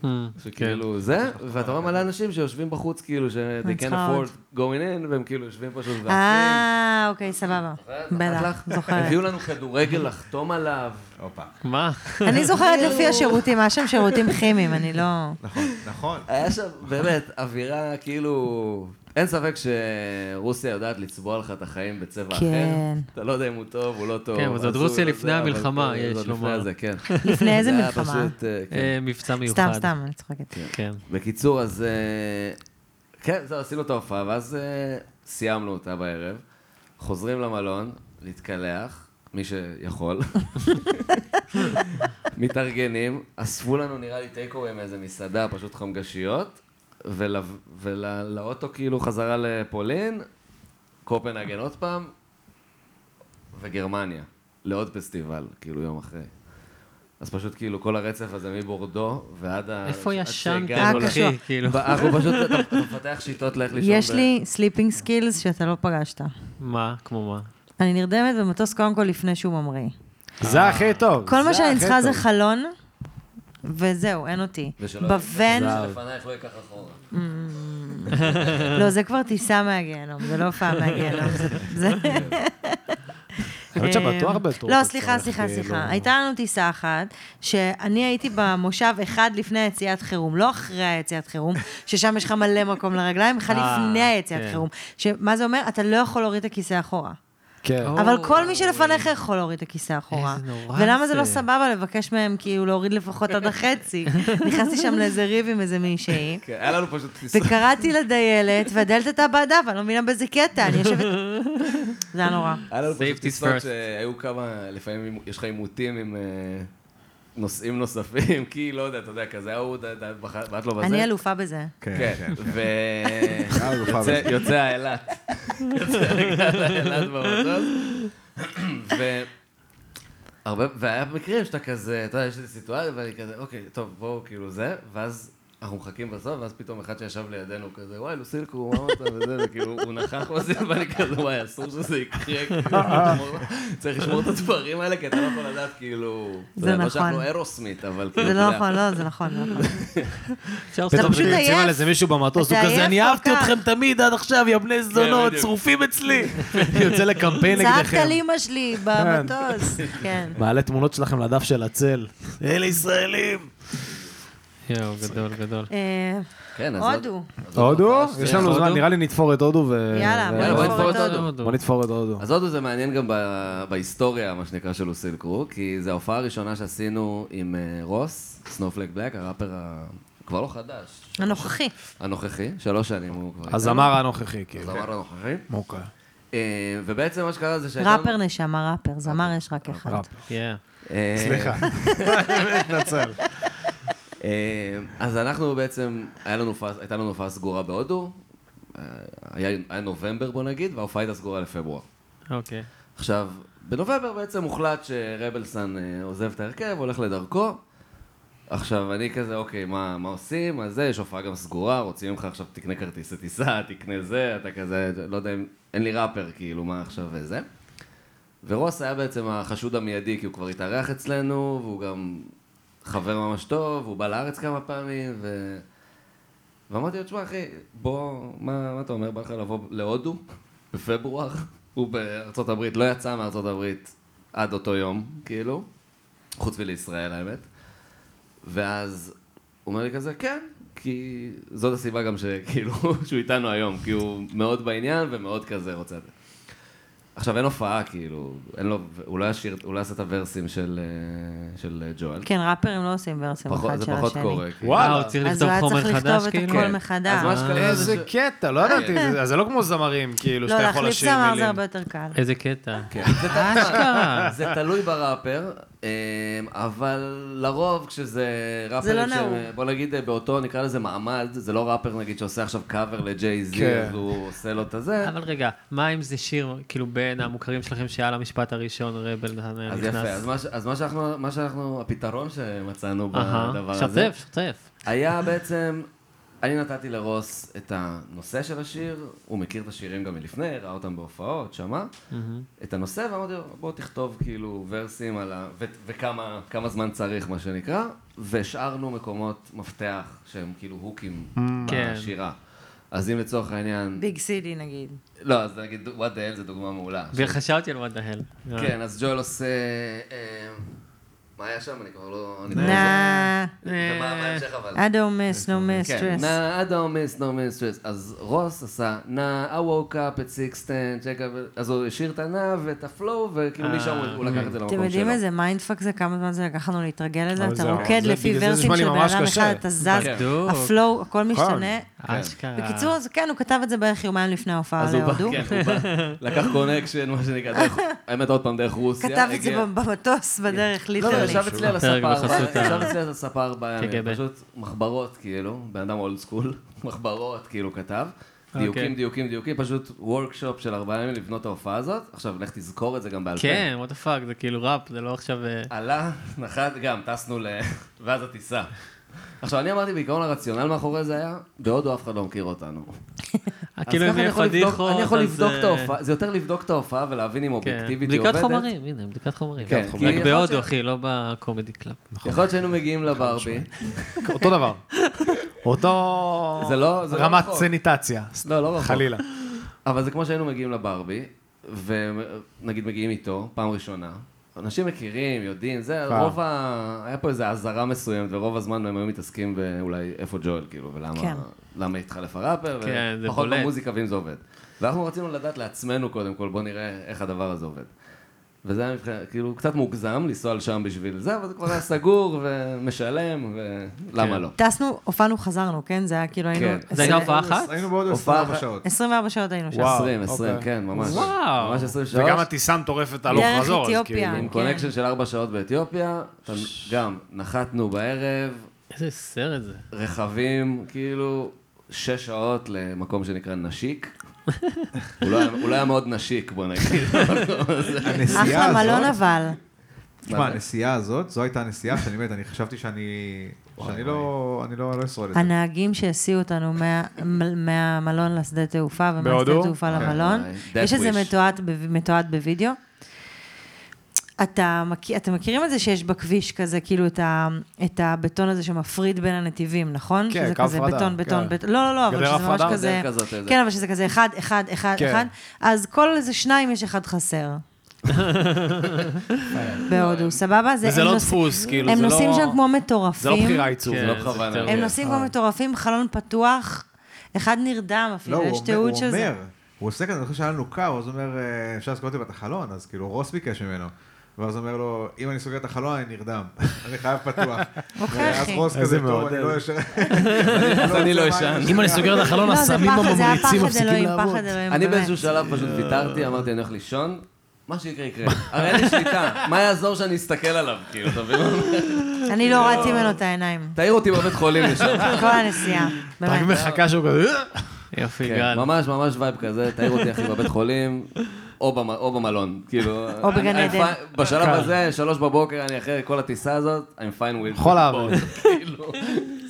Hmm, כן. שכאילו זה, כאילו- ואתה רואה מלא אנשים שיושבים בחוץ, כאילו, ש- they can't צריכה עוד. afford going in, והם כאילו יושבים פשוט ועפים. אה, אוקיי, סבבה. בטח, זוכרת. הביאו לנו כדורגל לחתום עליו. הופה. כן. מה? אני זוכרת לפי השירותים, היה שם שירותים כימיים, אני לא... נכון, נכון. היה שם באמת אווירה כאילו... אין ספק שרוסיה יודעת לצבוע לך את החיים בצבע אחר. כן. אתה לא יודע אם הוא טוב, הוא לא טוב. כן, אבל זאת עשוי, רוסיה לא לפני זה, אבל המלחמה, כן, יש זאת לומר. לפני זה, כן. לפני איזה זה היה מלחמה? פשוט, אה, כן. אה, מבצע מיוחד. סתם, סתם, אני צוחקת. כן. בקיצור, אז... אה, כן, זהו, עשינו את ההופעה, ואז אה, סיימנו אותה בערב. חוזרים למלון, להתקלח, מי שיכול. מתארגנים, אספו לנו נראה לי טייקווי מאיזה מסעדה, פשוט חמגשיות, ולאוטו ול, לאוטו כאילו חזרה לפולין, קופנהגן עוד פעם, וגרמניה, לעוד פסטיבל, כאילו יום אחרי. אז פשוט כאילו כל הרצף הזה מבורדו ועד ה... איפה עד ישנתם, שהגענו אה, ל- קשוח. אחי? כאילו, אנחנו פשוט, אתה אתה מפתח שיטות לאיך לישון. יש ב- לי סליפינג סקילס שאתה לא פגשת. מה? כמו מה? אני נרדמת במטוס קודם כל לפני שהוא ממריא. זה הכי טוב. כל זה מה שאני הכי צריכה זה טוב. חלון, ושזהו, אין אותי. ושלא- בוון, שלפנייך לא ייקח אחורה. לא, זה כבר טיסה מהגיהנום, זה לא הופעה מהגיהנום. זה- זה- האמת שבטוח אה, בטורקיה לא, צריך, סליחה, סליחה, כאילו. סליחה. הייתה לנו טיסה אחת, שאני הייתי במושב אחד לפני היציאת חירום, לא אחרי היציאת חירום, ששם יש לך מלא מקום לרגליים, אחד אה, לפני היציאת כן. חירום. שמה זה אומר? אתה לא יכול להוריד את הכיסא אחורה. כן. או, אבל כל מי שלפניך יכול להוריד את הכיסא אחורה. איזה נורא ולמה זה לא זה. סבבה לבקש מהם כאילו להוריד לפחות עד החצי? נכנסתי שם לאיזה ריב עם איזה מישהי. כן, היה לנו פשוט טיסה. וקראתי לדיילת, והדיילת הייתה בעדה, ואני לא מבינה באיזה קטע, אני יושבת... זה היה נורא. היה לנו פשוט Safety טיסות first. שהיו כמה, לפעמים יש לך עימותים עם אה, נוסעים נוספים, כי לא יודע, אתה יודע, כזה ההוא, ד- ד- בח- בעט לו בזה. אני אלופה בזה. כן, כן, כן. ו... אה, הוא חייב. יוצא- יוצא האילת. יוצא רגע האילת במטוס. ו... הרבה, והיה מקרים שאתה כזה, אתה יודע, יש לי סיטואציה, ואני כזה, אוקיי, טוב, בואו, כאילו זה, ואז אנחנו מחכים בסוף, ואז פתאום אחד שישב לידינו כזה, וואי, לוסילקו, מה אמרת, וזה, וכאילו, הוא נכח בזה, ואני כזה, וואי, אסור שזה יקרה, כאילו, לשמור- צריך לשמור את הדברים האלה, כי אתה לא יכול לדעת, כאילו, אתה זה יודע, לא נכון. שאנחנו אירוסמית, אבל כאילו, זה אתה לא יודע. נכון, לא, זה נכון. זה נכון. אפשר אתה פתאום פשוט כשנמצאים עייף. על איזה מישהו במטוס, אתה הוא כזה, עייף אני כל אהבתי כך." אתכם תמיד, עד עכשיו, יא בני זונות, בדיוק. שרופים אצלי. יוצא לקמפיין צעקת נגדכם. על אימא שלי במטוס. כן. מעלה תמונות שלכם לדף של הצל. אלה ישראלים. יואו, גדול, גדול. אה, כן, אז... הודו. אז עוד לא, הודו? תופעה יש שנייה. לנו זמן, הודו? נראה לי נתפור את הודו ו... יאללה, ו- בוא בוא נפתור נתפור את את הודו. בוא נתפור את הודו. אז הודו זה מעניין גם ב- בהיסטוריה, מה שנקרא, של לוסיל קרו, כי זו ההופעה הראשונה שעשינו עם אה, רוס, סנופלק בלק, הראפר ה... כבר לא חדש, הנוכחי. הנוכחי, שלוש שנים הוא כבר... הזמר הנוכחי, כאילו. הזמר הנוכחי. אוקיי. אה, ובעצם מה שקרה זה שהייתה... לנו- ראפר נשמה ראפר, זמר יש רק אחד. ראפ. כן. אה, סליחה. אני מתנצל. אה, אז אנחנו בעצם, היה לנו הופעה- הייתה לנו הופעה סגורה בהודו, אה, היה היה נובמבר בוא נגיד, וההופעה הייתה סגורה לפברואר. אוקיי. עכשיו, בנובמבר בעצם הוחלט שרבלסון אה, עוזב את ההרכב, הולך לדרכו. עכשיו, אני כזה, אוקיי, מה, מה עושים? מה זה, יש הופעה גם סגורה, רוצים ממך עכשיו, תקנה כרטיסי טיסה, תקנה זה, אתה כזה, לא יודע אם, אין לי ראפר, כאילו, מה עכשיו זה? ורוס היה בעצם החשוד המיידי, כי הוא כבר התארח אצלנו, והוא גם חבר ממש טוב, הוא בא לארץ כמה פעמים, ו... ואמרתי לו, תשמע, אחי, בוא, מה, מה אתה אומר, בא לך לבוא להודו בפברואר? הוא בארצות הברית, לא יצא מארצות הברית עד אותו יום, כאילו, חוץ מלישראל, האמת. ואז הוא אומר לי כזה, כן, כי זאת הסיבה גם שכאילו, שהוא איתנו היום, כי הוא מאוד בעניין ומאוד כזה רוצה את זה. עכשיו, אין הופעה, כאילו, אין לו, הוא לא ישיר, הוא לא יעשה את הוורסים של, אה, של אה, ג'ואל. כן, ראפרים לא עושים ורסים פחות- אחד זה של פחות השני. קורה. כאילו. כן. וואלה. אה, הוא צריך אז הוא לכתוב היה צריך חומר חדש, לכתוב את כאילו? הכל אז מה מחדש. שקרה זה איזה ש... קטע, לא ידעתי, זה- זה לא כמו זמרים, כאילו, לא, שאתה יכול להחליף לשיר זמר זה מילים. הרבה יותר קל. איזה קטע. כן. זה תלוי- זה תלוי בראפר, אמ, אבל לרוב כשזה זה לא ראפרים נהוג. שהם, בוא נגיד אה, באותו נקרא לזה מעמד, זה לא ראפר נגיד שעושה עכשיו קאבר לג'יי זי, כן. אז הוא עושה לו את הזה. אבל רגע, מה אם זה שיר, כאילו, בין המוכרים שלכם שהיה למשפט הראשון, רבל נכנס? אז יפה, אז מה ש- אז מה שאנחנו, מה שאנחנו, הפתרון שמצאנו אהה, בדבר הזה, שתף, שתף. היה בעצם, אני נתתי לרוס את הנושא של השיר, הוא מכיר את השירים גם מלפני, ראה אותם בהופעות, שמע, את הנושא, ואמרתי לו, בוא תכתוב כאילו ורסים על ה... ו- וכמה כמה זמן צריך, מה שנקרא, והשארנו מקומות מפתח שהם כאילו הוקים כן. בשירה. אז אם לצורך העניין... ביג סידי נגיד. לא, אז נגיד, what the hell זה דוגמה מעולה. וחשבתי על מה דהל. כן, אז ג'ואל עושה... אה, מה היה שם? אני כבר לא... אני לא נא, זה. ומה בהמשך אבל? אדומס, נומס, כן, סטרס. נא, I don't miss no miss stress. אז רוס עשה, נא, I woke up at 6:10, check up, אז הוא השאיר את הנא ואת הפלואו, וכאילו משם הוא- הוא לקח את זה למקום שלו. אתם יודעים איזה מיינדפאק זה? כמה זמן זה לקח לנו להתרגל לזה? אבל אתה זהו, רוקד זה- לפי בגלל זה ורסים נשמע לי של בן ממש אדם קשה. אה. אחד, אתה זז, כן. בדיוק. הפלואו, הכל משתנה. אה, אשכרה. בקיצור, אז כן, הוא כתב את זה בערך יומיים לפני ההופעה אז הוא בא, להודו. כן, הוא בא, לקח קונקשן, מה שנקרא, דרך- האמת עוד פעם דרך רוסיה. כתב את זה הגיע- במטוס בדרך, לא, הוא ליטרלי. ישב אצלי על הספה, פרק ארבעה- בחסות ה- ישב אצלי על הספה ארבעה ימים, קג"ב. פשוט מחברות כאילו, בן אדם אולד סקול, מחברות כאילו כתב, דיוקים, דיוקים, דיוקים, פשוט וורקשופ של ארבעה ימים לבנות את ההופעה הזאת, עכשיו לך תזכור את זה גם בעל פה. כן, what the fuck, זה כאילו ראפ, זה לא עכשיו... אה, עלה, נחת גם, טסנו ל... ואז הטיסה. עכשיו, אני אמרתי בעיקרון הרציונל מאחורי זה היה, בהודו אף אחד לא מכיר אותנו. אז כאילו, ככה אם אני יהיה יכול לבדוק- פדיחות, אני יכול אז, לבדוק אה, את ההופעה, זה יותר לבדוק את ההופעה ולהבין אם כן. אובייקטיבית היא בדיקת עובדת. חומרים, הנה, בדיקת חומרים. כן, רק כי יכול להיות בהודו, ש- אחי, לא בקומדי קלאב. יכול להיות שהיינו מגיעים לברבי. אותו דבר. אותו זה לא- זה לא רמת רחוק. סניטציה, לא, לא רחוק. חלילה. אבל זה כמו שהיינו מגיעים לברבי, ונגיד מגיעים איתו, פעם ראשונה. אנשים מכירים, יודעים, זה פעם. רוב ה... היה פה איזו אזהרה מסוימת, ורוב הזמן הם היו מתעסקים באולי איפה ג'ואל, כאילו, ולמה כן. למה התחלף הראפר, כן, זה ופחות בולט. במוזיקה ואם זה עובד. ואנחנו רצינו לדעת לעצמנו קודם כל, בוא נראה איך הדבר הזה עובד. וזה היה מבחינת, כאילו, קצת מוגזם לנסוע לשם בשביל זה, אבל זה כבר היה סגור ומשלם, ולמה כן. לא? טסנו, הופענו, חזרנו, כן? זה היה כאילו היינו... כן. זה הייתה עשרים- הופעה אחת? היינו בעוד הופעה 24 אחת. שעות. 24 שעות היינו שם. וואו. 20, 20, אוקיי. כן, ממש. וואו. ממש 20 שעות. וגם הטיסה מטורפת הלוך דרך חזור. אז כאילו, אתיופיה. כאילו, עם כן. קונקשן של ארבע שעות באתיופיה, אתה- גם נחתנו בערב, איזה סרט זה. רכבים, כאילו, שש שעות למקום שנקרא נשיק. הוא לא היה- הוא לא היה מאוד נשיק, בוא נגיד. כן, הנסיעה אה? אחלה מלון הזאת, אבל. תשמע, הנסיעה הזאת, זו הייתה הנסיעה שאני באמת, אני חשבתי שאני, שאני לא, אני לא לא אשרוד את זה. הנהגים שהסיעו אותנו מה- מ- מהמלון לשדה תעופה ומהשדה בהודו? תעופה כן. למלון. That יש את זה wish. מתועד בו- מתועד בווידאו. אתה מכיר, אתם מכירים את זה שיש בכביש כזה, כאילו את, ה, את הבטון הזה שמפריד בין הנתיבים, נכון? כן, שזה קו כזה הפרדה, בטון, כן. בטון, בטון, לא, לא, לא, אבל גדר שזה ממש הפרדה, כזה... דרך כזאת, איזה- כן, אבל שזה כזה אחד, אחד, אחד, כן. אחד. אז כל איזה שניים יש אחד חסר. בהודו, סבבה? וזה הם לא נוס- דפוס, כאילו, הם זה נוסעים לא- שם כמו מטורפים. זה לא בחירה עיצוב. כן, לא זה בכוונה. יותר- הם נוסעים כמו מטורפים, חלון פתוח, אחד נרדם לא, אפילו, הוא יש אומר- תיעוד הוא של זה. אומר, הוא עושה כזה, אני חושב שהיה לנו קאו, אז הוא אומר, אה, אפשר לסגור אותי בתחלון, אז כאילו רוס ביקש ממנו. ואז הוא אומר לו, אם אני סוגר את החלון, אני נרדם. אני חייב פתוח. אוקיי, ואז אחי. רוס איזה כזה, טוב, מעודד. אני לא ישן. אז אני לא אשן. אם אני סוגר את החלון, לא, זה הסמים פחד, זה היה הממריצים פחד מפסיקים אלוהים, לעבוד. פחד אלוהים, אני באמת. אה. באיזשהו שלב פשוט ויתרתי, אמרתי, אני הולך לישון, מה שיקרה יקרה. הרי אין לי שליטה, מה יעזור שאני אסתכל עליו, כאילו, אתה מבין? אני לא הורדתי ממנו את העיניים. תעיר אותי בבית חולים לשם. כל הנסיעה, רק באמת. מחכה שהוא כזה... "אה". יופי, כן, גל. ממש ממש וייב כזה, תעיר אותי אחי בבית חולים, או במ- או במלון, כאילו... או בגן אני- I'm עדן. fine- בשלב הזה, שלוש בבוקר, אני אחרי כל הטיסה הזאת, I'm fine with... יכול it. לעבוד. כאילו,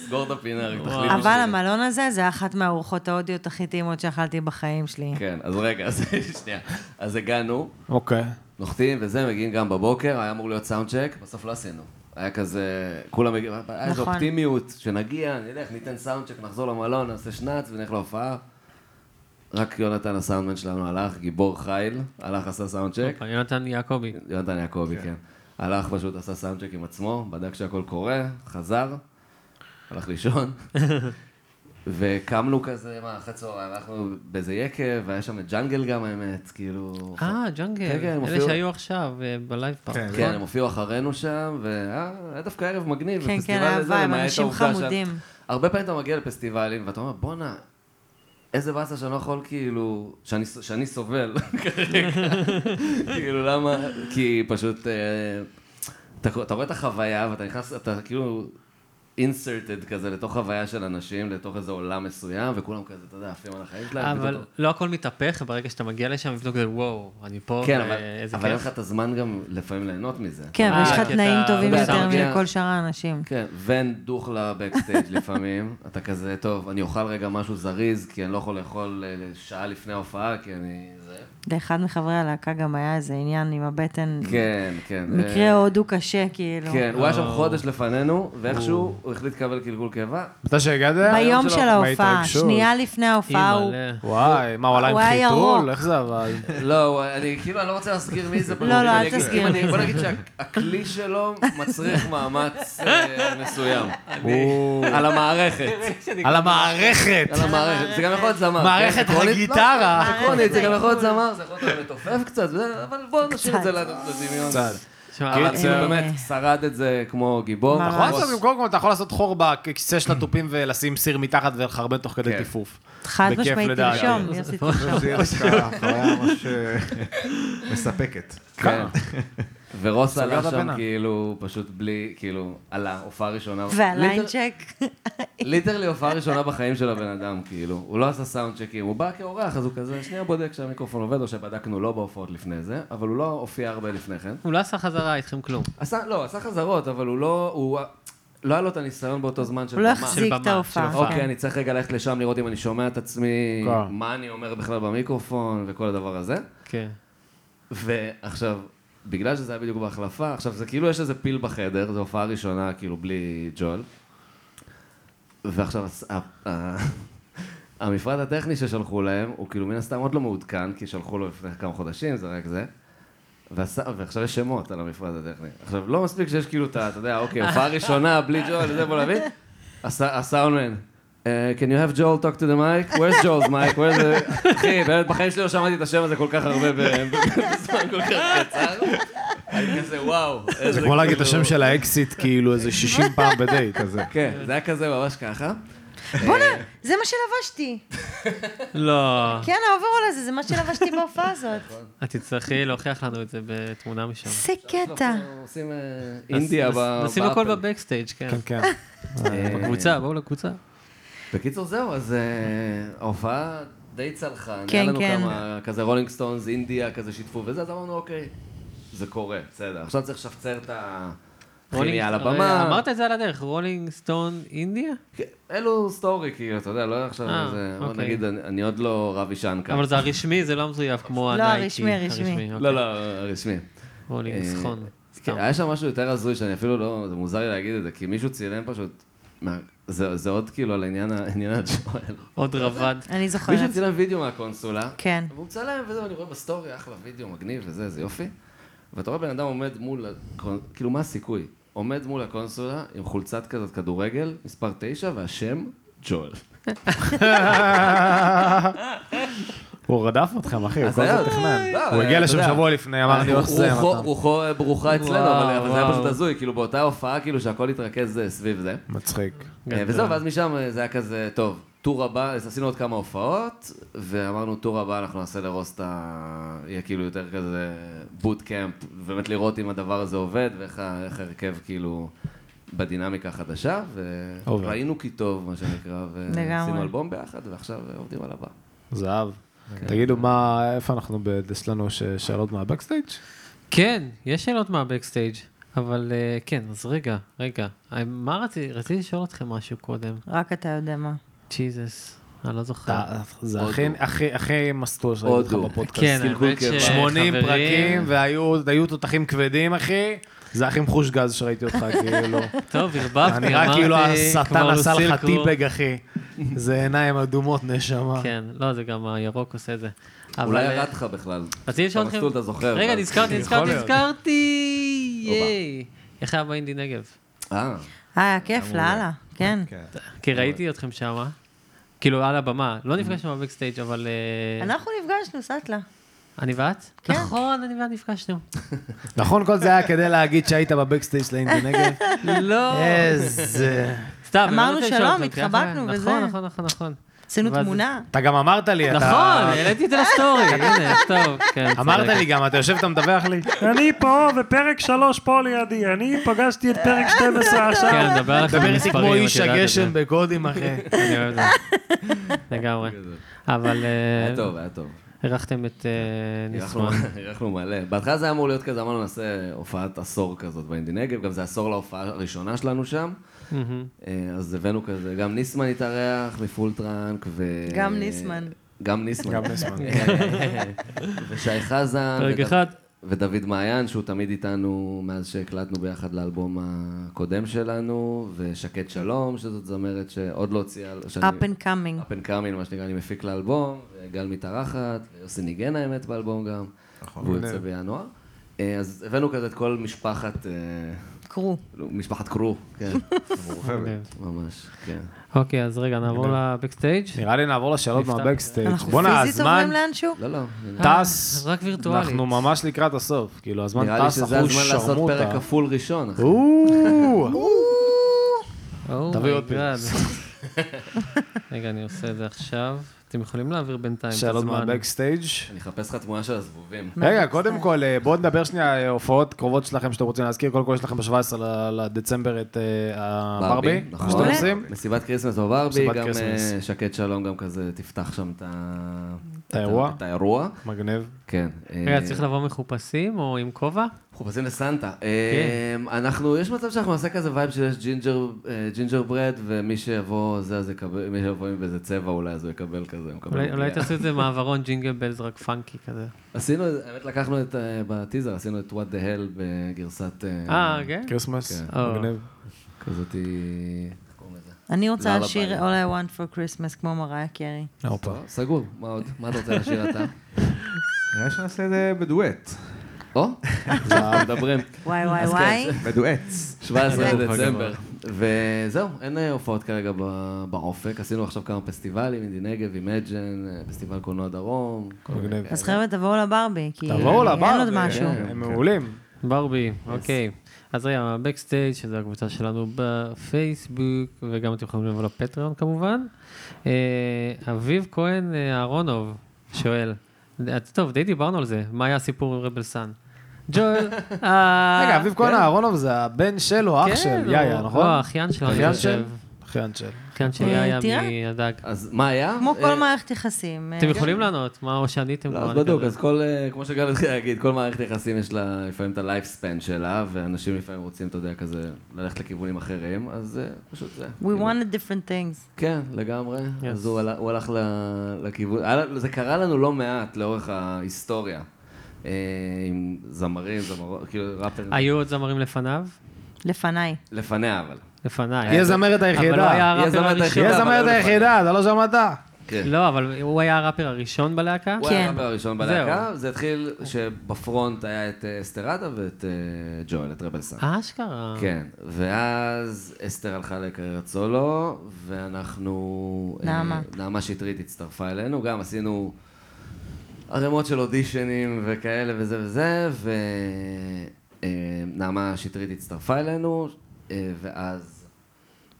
סגור את הפינה, רק תחליטו. שזה- אבל המלון הזה, זה אחת מהארוחות ההודיות הכי טעימות שאכלתי בחיים שלי. כן, אז רגע, אז שנייה. אז הגענו, אוקיי. נוחתים וזה, מגיעים גם בבוקר, היה אמור להיות סאונד צ'ק, בסוף לא עשינו. היה כזה, כולם מגיעים, היה איזו נכון. אופטימיות, שנגיע, נלך, ניתן סאונד צ'ק, נחזור למלון, נעשה שנץ ונלך להופעה. רק יונתן הסאונדמן שלנו הלך, גיבור חיל, הלך עשה סאונד צ'ק. הופה, יונתן יעקבי. יונתן יעקבי, כן. הלך פשוט, עשה סאונד צ'ק עם עצמו, בדק שהכל קורה, חזר, הלך לישון. וקמנו כזה, מה, אחרי צהריים, הלכנו באיזה יקב, והיה שם את ג'אנגל גם, האמת, כאילו... אה, ג'אנגל. כן, כן, הם אלה הופיעו- שהיו עכשיו אה, בלייב פארק. כן, כן, הם הופיעו אחרינו שם, והיה דווקא ערב מגניב. כן, ופסטיבל כן, היה הזה, וייב, למעט אנשים העובדה חמודים. שאת- הרבה פעמים אתה מגיע לפסטיבלים, ואתה אומר, בואנה, איזה באסה שאני לא יכול, כאילו, שאני ס- שאני סובל כרגע. כאילו, למה? כי פשוט, אה, אתה אתה רואה את החוויה, ואתה נכנס, אתה כאילו... אינסרטד כזה לתוך חוויה של אנשים, לתוך איזה עולם מסוים, וכולם כזה, אתה יודע, עפים על החיים שלהם. אבל ופתאום- לא הכל מתהפך, ברגע שאתה מגיע לשם, לבדוק את זה, וואו, אני פה, כן, אה, אבל- איזה אבל אין כיף. לך את הזמן גם לפעמים ליהנות מזה. אוקיי, כן, אה, ויש כי לך אתה- תנאים טובים אתה יותר מגיע- מכל שאר האנשים. כן, ון דוכלה בקסטייג' לפעמים, אתה כזה, טוב, אני אוכל רגע משהו זריז, כי אני לא יכול לאכול אה, שעה לפני ההופעה, כי אני... זה. לאחד מחברי הלהקה גם היה איזה עניין עם הבטן. כן, כן. מקרה אה, הודו קשה, כאילו. כן, הוא היה שם חודש לפנינו, ואיכשהו הוא החליט לקבל גלגול קיבה. מתי שהגעת? לא, ביום של ההופעה, בהתרגשות. שנייה לפני ההופעה, הוא... אימא'לה. וואי, מה, הוא עלה עם הוא היה חיתול? ירוק. איך זה עבד? לא, הוא- אני כאילו, אני לא רוצה להזכיר מי זה. פשוט לא, אם לא, אני אל אגיד- תזכיר אם אני- מי בוא זה. נגיד שהכלי שלו מצריך מאמץ אה, מסוים. הוא- על המערכת. כן, על המערכת! על המערכת. זה גם יכול להיות זמר. מערכת כן? עקרונית- הגיטרה. לא, עקרונית, זה גם יכול להיות זמר, זה יכול להיות מתופף קצת, וזה- אבל בואו נשאיר את זה קצת. לדמיון. קצת. תשמע, אבל אבל- כאילו אה. באמת, שרד את זה כמו גיבור. ממש. נכון, כמו- אז במקום אתה יכול לעשות חור בכיסא של התופים ולשים סיר מתחת ולחרבן תוך כדי כן. טיפוף. חד בכיף משמעית לדעת. תרשום, יוסי אני חושב תרשום. שיהיה דווקא חוויה ממש אה, מספקת. כן. ורוס סגר את עלה הפינה. שם כאילו, פשוט בלי, כאילו, עלה, הופעה ראשונה. והליין ליטר- צ'ק. ליטרלי הופעה ראשונה בחיים של הבן אדם, כאילו. הוא לא עשה סאונד צ'קים, הוא בא כאורח, אז הוא כזה, שנייה בודק שהמיקרופון עובד, או שבדקנו לא בהופעות לפני זה, אבל הוא לא הופיע הרבה לפני כן. הוא לא עשה חזרה איתכם כלום. עשה, לא, עשה חזרות, אבל הוא לא, הוא, לא היה לו את הניסיון באותו זמן של הוא לא במה. החזיק של את במה, ההופעה. של אוקיי, אני צריך רגע ללכת לשם לראות אם אני שומע את עצמי, כן. מה אני אומר בכלל במיקרופון וכל הדבר הזה. כן. ועכשיו, בגלל שזה היה בדיוק בהחלפה, עכשיו זה כאילו יש איזה פיל בחדר, זו הופעה ראשונה כאילו בלי ג'ול. ועכשיו הס- ה- ה- המפרט הטכני ששלחו להם, הוא כאילו מן הסתם עוד לא מעודכן, כי שלחו לו לפני כמה חודשים, זה רק זה. ועשה, ועכשיו יש שמות על המפרט הטכני. עכשיו, לא מספיק שיש כאילו את ה... אתה יודע, אוקיי, הופעה ראשונה, בלי ג'ול, וזה, בוא נביא. הסא- הסאונדמן. "אה, can you have Joel talk to the mic? where's Joel's mic? where's the... אחי, באמת, בחיים שלי לא שמעתי את השם הזה כל כך הרבה ב- בזמן כל כך קצר. הייתי כזה, וואו. זה איזה כמו להגיד את כאילו- השם של האקסיט כאילו איזה 60 פעם בדייט. כזה. כן, זה היה כזה ממש ככה. בואנה, זה מה שלבשתי. לא. כן, האוברול הזה, זה מה שלבשתי בהופעה הזאת. את תצטרכי להוכיח לנו את זה בתמונה משם. איזה קטע. אנחנו עושים אה, אינדיה ב... נשים הכל באפל. בבקסטייג', כן. כן, כן. בקבוצה, בואו לקבוצה. אה, בקיצור, זהו, אז אה, ההופעה די צלחה. כן, היה לנו כן. כמה, כזה רולינג סטונס, אינדיה, כזה שיתפו וזה, אז אמרנו, אוקיי, זה קורה, בסדר. עכשיו צריך לשפצר את ה... רולינג- כימיה על הרי הבמה. אה, אמרת את זה על הדרך, רולינג סטון אינדיה? כן, אלו סטורי, כאילו, אתה יודע, לא עכשיו אה, איזה... בוא אוקיי. נגיד, אני אני עוד לא רב אישן כאן. אבל זה הרשמי, זה לא מזויף כמו לא, הנייקי. אוקיי. הרשמי, הרשמי. לא, לא, רשמי. רולינג אה, סטון. כן, היה שם משהו יותר הזוי שאני אפילו לא, זה מוזר לי להגיד את זה, כי מישהו צילם פשוט, מה- זה זה עוד כאילו על עניין ה- עניין הג'ואל. עוד רבד. אני זוכרת. מישהו צילם וידאו מהקונסולה, כן. והוא מצלם וזה, ואני רואה בסטורי, אחלה וידאו, מגניב וזה, איזה יופי. ואתה רואה בן אדם עומד מול, הקונ- כאילו מה הסיכוי? עומד מול הקונסולה עם חולצת כזאת כדורגל, מספר תשע, והשם ג'ואל. הוא רדף אתכם, אחי, הוא אז כל היה- הזמן תכנן. לא, הוא הגיע אתה לשם יודע. שבוע לפני, אמר אני לא רוחו- הולך לסיים רוחו- אותם. רוחו ברוחה אצלנו, אבל וואו, אבל זה היה וואו. פשוט הזוי, כאילו באותה הופעה, כאילו שהכל התרכז אה, סביב זה. מצחיק. אה, וזהו, ואז משם אה, זה היה כזה, טוב, טור הבא, אז עשינו עוד כמה הופעות, ואמרנו, טור הבא אנחנו נעשה לרוסטה, יהיה כאילו יותר כזה בוט קאמפ, באמת לראות אם הדבר הזה עובד, ואיך ה- איך ההרכב כאילו בדינמיקה החדשה, עובד. וראינו כי טוב, מה שנקרא, לגמרי. ועשינו אלבום ביחד, ועכשיו אה, עובדים על הבא. זהב. תגידו, מה, איפה אנחנו, ב- יש לנו ש- שאלות מהבקסטייג'? כן, יש שאלות מהבקסטייג', אבל אה, כן, אז רגע, רגע. אה, מה רציתי? רציתי לשאול אתכם משהו קודם. רק אתה יודע מה. ג'יזוס, אני לא זוכר. אתה- זה הכי- הכי- הכי מסטול שראיתי אותך הודו. בפודקאסט. כן, קלקול האמת קרח. ש... 80 חברים- פרקים, והיו היו תותחים כבדים, אחי. זה הכי מחוש גז שראיתי אותך, כאילו. טוב, ערבבתי, אתה אמרתי, נראה כאילו השטן כבר עשה לוסיל לך קרוא. טיפג, אחי. זה עיניים אדומות, נשמה. כן, לא, זה גם הירוק עושה את זה. אבל, אולי אה, ירד לך בכלל. רציתי לשאול אתכם... במסלול אתה זוכר. רגע, אבל- נזכרתי, יכול נזכרתי, להיות. נזכרתי! ייי! איך היה באינדי נגב? אה, אה, היה כיף, לאללה. כן. כי ראיתי אתכם שמה, כאילו על הבמה, לא נפגשנו אוקיי. בבקסטייג' אבל... אה, אנחנו נפגשנו, סטלה. אני ואת? כן. נכון, אני ואת נפגשנו. נכון, כל זה היה כדי להגיד שהיית בבקסטייג' של אינדי נגב? לא! איזה... סתם, אמרנו אני רוצה לשאול שלום, אותך, ככה? התחבקנו וזה. נכון, נכון, נכון, נכון. עשינו ואז- תמונה. אתה גם אמרת לי, אתה... נכון, העליתי את זה לסטורי, הנה, טוב, כן. אמרת צודק. לי גם, אתה יושב, אתה מדווח לי. אני פה, ופרק שלוש פה לידי. אני פגשתי את פרק 12 עכשיו. כן, נדבר עליך מדבר במספרים, איתי כמו את איש יודעת את זה. הגשם בקודים, אחי. אני אוהב את זה. לגמרי. אבל אה, היה טוב, היה טוב. אירחתם את אה, אירחנו- ניסמן. אירחנו מלא. בהתחלה זה היה אמור להיות כזה, אמרנו נעשה הופעת עשור כזאת באינדי נגב, גם זה עשור להופעה הראשונה שלנו שם. אה, אז הבאנו כזה, גם ניסמן התארח מפול טראנק, ו... גם ניסמן. גם ניסמן. גם ניסמן. אה, ושי חזן. פרק וד- אחד. ודוד מעיין, שהוא תמיד איתנו מאז שהקלטנו ביחד לאלבום הקודם שלנו, ושקד שלום, שזאת זמרת שעוד לא הוציאה... שאני- up and coming. אפ אנד קאמין, מה שנקרא, אני מפיק לאלבום, גל מתארחת, יוסי ניגן האמת באלבום גם, נכון. והוא יוצא בינואר. אה, אז הבאנו כזה את כל משפחת, אה, קרו. משפחת קרו, כן, ממש, כן. אוקיי, אז רגע, נעבור לבקסטייג'. נראה לי נעבור לשאלות נפתח. מהבקסטייג'. אנחנו בואנה, פיזית הזמן עוברים לאנשהו? לא, לא, טס. אה, רק וירטואלית. אנחנו ממש לקראת הסוף. כאילו, הזמן נראה לי טס, שזה אחוז הזמן לעשות פרק שרמוטה. כפול ראשון, אחי. או, Oh תביא my עוד פירוט. God. רגע, אני עושה את זה עכשיו. אתם יכולים להעביר בינתיים את שאלות הזמן. מהבקסטייג'. אני אחפש לך תמונה של הזבובים. רגע, קודם כל, אה, בואו נדבר שנייה על הופעות קרובות שלכם שאתם רוצים להזכיר. קודם כל, יש לכם ב-17 לדצמבר את אה, הברבי. נכון. שאתם עושים? מסיבת כריסמס בברבי, מסיבת גם כריסמס. אה, שקד שלום גם כזה תפתח שם את ה- את האירוע. את האירוע, מגניב. כן. רגע, אה, צריך לבוא מחופשים או עם כובע? מחופשים לסנטה. כן. אנחנו, יש מצב שאנחנו נעשה כזה וייב שיש ג'ינג'ר, אה, ג'ינג'ר ברד, ומי שיבוא זה אז יקבל, מי שיבוא עם איזה צבע אולי אז הוא יקבל כזה. הוא לא יקבל אולי- מטריה. אולי תעשו את זה מעברון ג'ינגל בלז רק פאנקי כזה. עשינו, האמת לקחנו את, אה, בטיזר, עשינו את What the Hell בגרסת... אה, כן? קריסמס, אה. כן. מגניב. כזאתי... איך קוראים לזה? אני רוצה לאללה לשיר ביי. All I Want for Christmas כמו מריה קרי. אה, הופה. סגור, מה עוד? מה אתה רוצה לשיר אתה? נראה לי שנעשה את זה בדואט. או? עכשיו מדברים. וואי, וואי, אז כן, וואי. בדואט. 17 בדואט. לדצמבר. וזהו, אין אה, הופעות כרגע ב- באופק. עשינו עכשיו כמה פסטיבלים, אינדי נגב, אימג'ן, אה, פסטיבל קולנוע דרום. אה, כל מיני כאלה. אז חבר'ה, תבואו לברבי, כי תבואו אין לברבי, עוד משהו. כן, כן. מעולים. ברבי, אוקיי. אז רגע, בקסטייג', שזו הקבוצה שלנו בפייסבוק, וגם אתם יכולים לבוא לפטריון כמובן. אה, אביב כהן אה, אהרונוב שואל, אה, טוב, די דיברנו על זה, מה היה הסיפור עם רבל סאן? ג'ואל, אה, רגע, אביב כהן כן. אהרונוב זה הבן של או אח כן, של הוא- לא, יאיה, נכון? הוא האחיין שלו, אני אחיין חושב. של? אחיין של. אחיין כן, של אה, יאיה תראה. מהדג. אז מה היה? כמו אה, כל מערכת יחסים. אתם אה, יכולים לענות, מה או שעניתם לא, כבר? אז אני בדיוק, כזה. אז כל, אה, כמו שגל התחיל להגיד, כל מערכת יחסים יש לה לפעמים את ה-lifespan שלה, ואנשים לפעמים רוצים, אתה יודע, כזה, ללכת לכיוונים אחרים, אז אה, פשוט זה. We wanted different things. כן, לגמרי. Yes. אז הוא הלך- הוא הלך ל- לכיוון... היה- זה קרה לנו לא מעט לאורך ההיסטוריה. אה, עם זמרים, זמרות, כאילו ראפרים. היו עוד זמרים לפניו? לפניי. לפניה, אבל. לפניי. היא הזמרת אבל הוא היה היחידה. היא הראפר הזמרת הראשון. היא היחידה, אבל הזמרת לא היחידה, אתה לא שמעת? כן. לא, אבל הוא היה הראפר הראשון בלהקה? הוא כן. היה הראפר הראשון בלהקה, זה התחיל שבפרונט היה את אה, אסתרדה ואת אה, ג'ואל, את רבל סאן. אשכרה. אה. כן, ואז אסתר הלכה לקריירת סולו, ואנחנו... נעמה. אה, נעמה שטרית הצטרפה אלינו, גם עשינו ערימות של אודישנים וכאלה וזה וזה, ונעמה שטרית הצטרפה אלינו, אה, ואז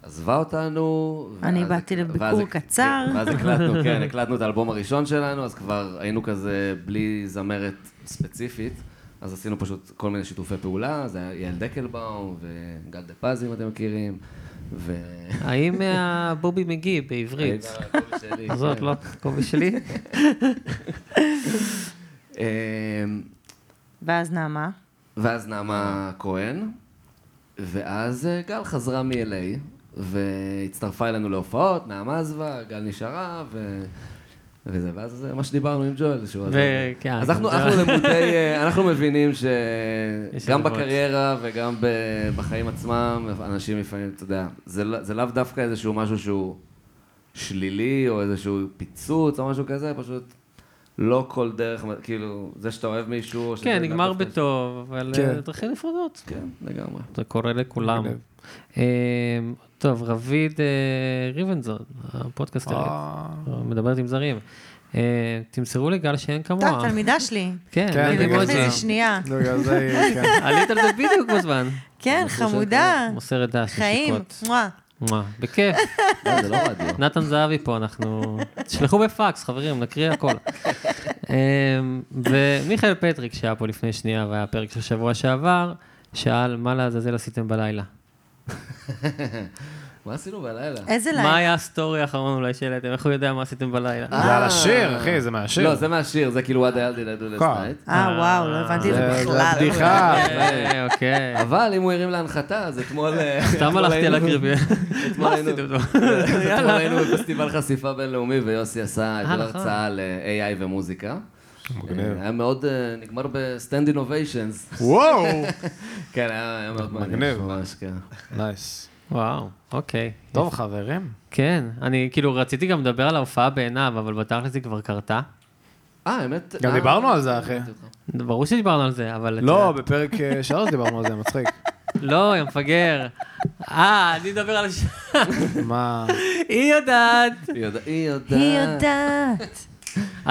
עזבה אותנו. אני ואז- באתי לביקור ואז- קצר. ואז הקלטנו, כן, הקלטנו את האלבום הראשון שלנו, אז כבר היינו כזה בלי זמרת ספציפית, אז עשינו פשוט כל מיני שיתופי פעולה, זה היה יעל דקלבאום וגל דה פז, אם אתם מכירים, ו... האם אה, בובי מגי בעברית? הקול שלי, זאת כן. לא קובי שלי? אמ, ואז נעמה. ואז נעמה כהן, ואז אה, גל חזרה מ-LA, והצטרפה אלינו להופעות, נעמה עזבה, גל נשארה, ו... וזה, ואז זה מה שדיברנו עם ג'ואל, שהוא עזב. כן, אז גם אנחנו, ג'ואל. אנחנו למודי, אה, אנחנו מבינים יש שגם עזיבות. בקריירה וגם ב- בחיים עצמם, אנשים לפעמים, אתה יודע, זה לא- זה לאו דווקא איזשהו משהו שהוא שלילי, או איזשהו פיצוץ או משהו כזה, פשוט לא כל דרך, כאילו, זה שאתה אוהב מישהו, או שזה כן, לאו נגמר דווקא- בטוב, אבל כן. אה, דרכים נפרדות. כן, לגמרי. זה קורה לכולם. אה, טוב, רביד אה, ריבנזון, הפודקאסטרית, מדברת עם זרים. אה, תמסרו לגל שאין אתה כמוה. תלמידה שלי. כן, כן, אני אני בגלל מאוד לקחת זה. לי זר. איזה שנייה. בגלל זה היא- כן. עלית על זה בדיוק בזמן. כן, חמודה. מוסרת דש, חיים. נשיקות. מואה. מואה, בכיף. לא, זה לא רדיו. נתן זהבי פה, אנחנו... תשלחו בפקס, חברים, נקריא הכל. אמ, ומיכאל פטריק, שהיה פה לפני שנייה, והיה פרק של שבוע שעבר, שאל, מה לעזאזל עשיתם בלילה? מה עשינו בלילה? איזה מה לילה. היה הסטורי האחרון אולי שהעליתם? איך הוא יודע מה עשיתם בלילה? זה על השיר, אחי, אה. זה מהשיר. לא, זה מהשיר, זה כאילו what I did I do last כן. night. אה, וואו, לא הבנתי את זה זה- זה בכלל. הבדיחה. אה, אוקיי. אבל אם הוא הרים להנחתה, אז אתמול... אה, סתם אתמול הלכתי על היינו- הקריבי. אתמול היינו- עשיתם? אתמול היינו בפסטיבל חשיפה בינלאומי, ויוסי עשה אה, את נכון. ההרצאה על אה, AI ומוזיקה. אה, היה מאוד, אה, נגמר בסטנד אינוביישנס. וואו! כן, היה היה מאוד מעניין. מגניב. ממש, כן. נייס. וואו, אוקיי. טוב, חברים. כן, אני כאילו רציתי גם לדבר על ההופעה בעיניו, אבל בתכלס היא כבר קרתה. אה, האמת... גם אה, דיברנו על זה, אחי. ברור שדיברנו על זה, אבל... את לא, יודעת- בפרק אה, שלוש דיברנו על זה, מצחיק. לא, יא מפגר. אה, אני אדבר על... הש- מה... היא יודעת. היא יודע- היא היא יודעת. יודעת.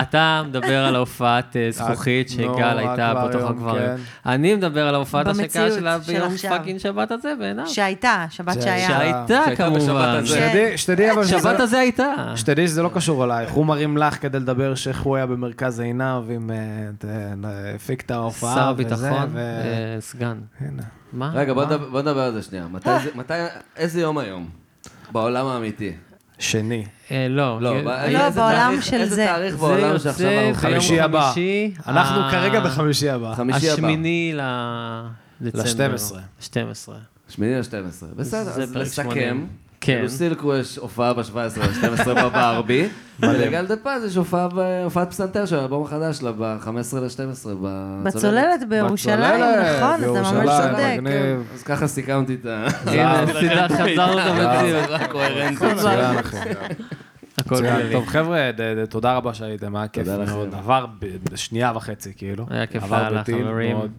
אתה מדבר על ההופעת אה, זכוכית נו, שגל הייתה בתוך האקווריום, הקברים. כן. אני מדבר על ההופעת השקה במציאות שלה של ביום עכשיו. פאקינג שבת הזה בעיניו. שהייתה, שבת זה- שהיה. שהייתה שהייתה כמובן. בשבת הזה. שתדעי- שתדעי אבל שזה- שבת הזה הייתה. שתדעי שזה לא קשור אלייך, הוא מרים לך כדי לדבר שאיך הוא היה במרכז עיניו עם... אה, ת- אה, הפיק את ההופעה שר וזה, הביטחון, ו- אה, סגן. הנה. מה? רגע, בוא נדבר- בוא נדבר על זה שנייה. מתי זה- מתי... איזה יום היום? בעולם האמיתי. שני. אה, לא. לא, כי- ב- היה- איזה בעולם תאריך- של איזה זה. תאריך זה בעולם יוצא שעכשיו אנחנו... ביום חמישי הבא. חמישי, אנחנו ה- כרגע בחמישי הבא. חמישי הבא. השמיני לדצמבר. ל- 12. 12. שמיני ל-12. בסדר, זה אז פרק שמונים. לסכם. כן. לוסילקו יש הופעה ב-17, ב-12 בברבי, מלא. ולגל דה פז יש הופעה ב- הופעת פסנתר של האלבום החדש שלה ב-15 ל-12. בצוללת בירושלים, נכון, אתה ממש בירושלים, צודק. מגניב. אז ככה סיכמתי את ה... הנה, סידר- חזרנו למציאות. מצוין, אחי. הכל מצוין. כללי. טוב, חבר'ה, ד- ד- תודה רבה שהייתם, היה כיף תודה לכם. מאוד. עבר ב- בשנייה וחצי, כאילו. היה כיף עבר לאללה, בטיל חברים. מאוד.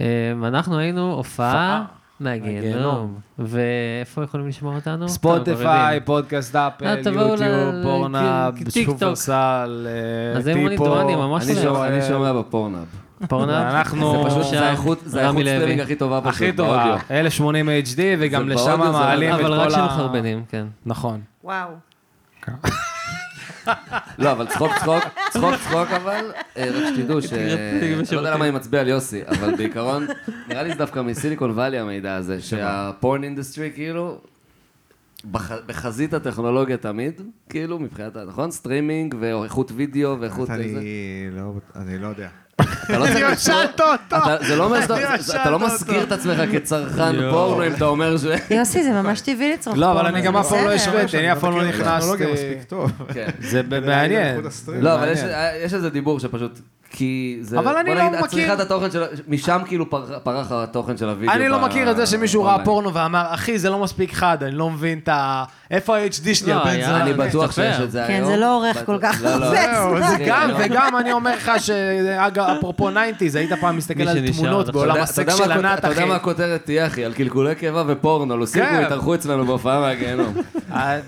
אמ, אנחנו היינו הופעה הופעה מהגיהנום. מהגיהנום. ואיפה יכולים לשמוע אותנו? ספוטיפיי, חברים. פודקאסט אה, אפל, תבואו יוטיוב, ל- פורנאב, כאילו, טיק טוק. שופרסל, אה, אז אם אני טיפו. דואני, ממש אני לא. שומע- אני שומע בפורנאב. פורנאב? אנחנו... זה פשוט, זה האיכות, זה האיכות סטרימינג הכי טובה פשוט. הכי טובה, באודיו. 1080 HD, וגם זה לשם באודיו, זה לא- מעלים את אבל כל ה... רק של מחרבנים, כן. נכון. וואו. לא, אבל צחוק, צחוק, צחוק, צחוק, אבל אה, רק שתדעו ש... התרגלתי אני לא יודע בשירותים. למה אני מצביע על יוסי, אבל בעיקרון, נראה לי זה דווקא מסיליקון וואלי המידע הזה, שהפורן אינדסטרי כאילו, בח- בחזית הטכנולוגיה תמיד, כאילו, מבחינת, ה- נכון? סטרימינג ואיכות וידאו ואיכות... אני זה. לא- אני לא יודע. אתה לא צריך- ישנת אותו. אתה- זה לא אומר שאתה- אני זה- אתה לא ישנת מזכיר את אותו. עצמך כצרכן יואו. פורנו אם אתה אומר ש... יוסי, זה ממש טבעי לצרוך לא, אבל פורנו, אני גם זה אף פעם לא בסדר. השוויתי, אני אף פעם לא מכיר את הטכנולוגיה נכנסתי. מספיק טוב. כן. זה כדי להגיד מעניין. איכות לא, אבל יש- מעניין. יש איזה דיבור שפשוט... כי זה, אבל אני בוא לא נגיד, מכיר- הצריכת התוכן של, משם כאילו פר- פרח התוכן של הוידאו. אני לא ב- מכיר את זה שמישהו ראה אונליין. פורנו ואמר, אחי, זה לא מספיק חד, אני לא מבין את ה... איפה ה-HD שלי, לא, הבן היה- זונה? אני בטוח שיש את זה כן, היום. זה לא אורך כל כך לא, לא. הרבה זהו, זמן. זה גם, לא. וגם אני אומר לך ש... אגב, אפרופו 90's, היית פעם מסתכל מי על שנשאר, תמונות אתה בעולם אתה הסק יודע מה של הכות- ענת, אתה יודע אחי. מה הכותרת תהיה, אחי? על קלקולי קיבה ופורנו, לוסיקו כן. התארחו אצלנו בהופעה מהגיהנום. אה,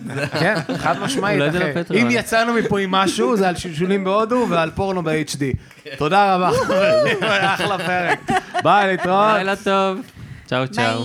כן, חד משמעית, אולי זה אחי. לפטריון. אם יצאנו מפה עם משהו, זה על שלשולים בהודו ועל פורנו ב-HD. תודה רבה, חברים. אחלה פרק. ביי, להתראות. לילה טוב. צ'או צ'או.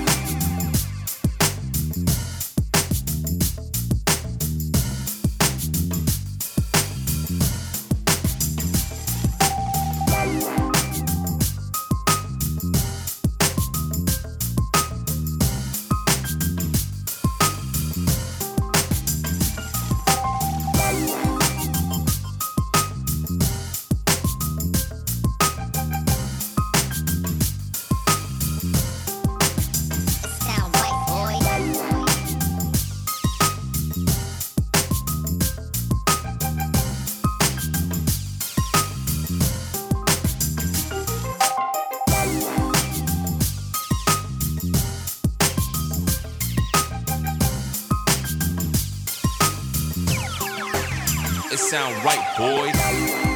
It sound right, boys.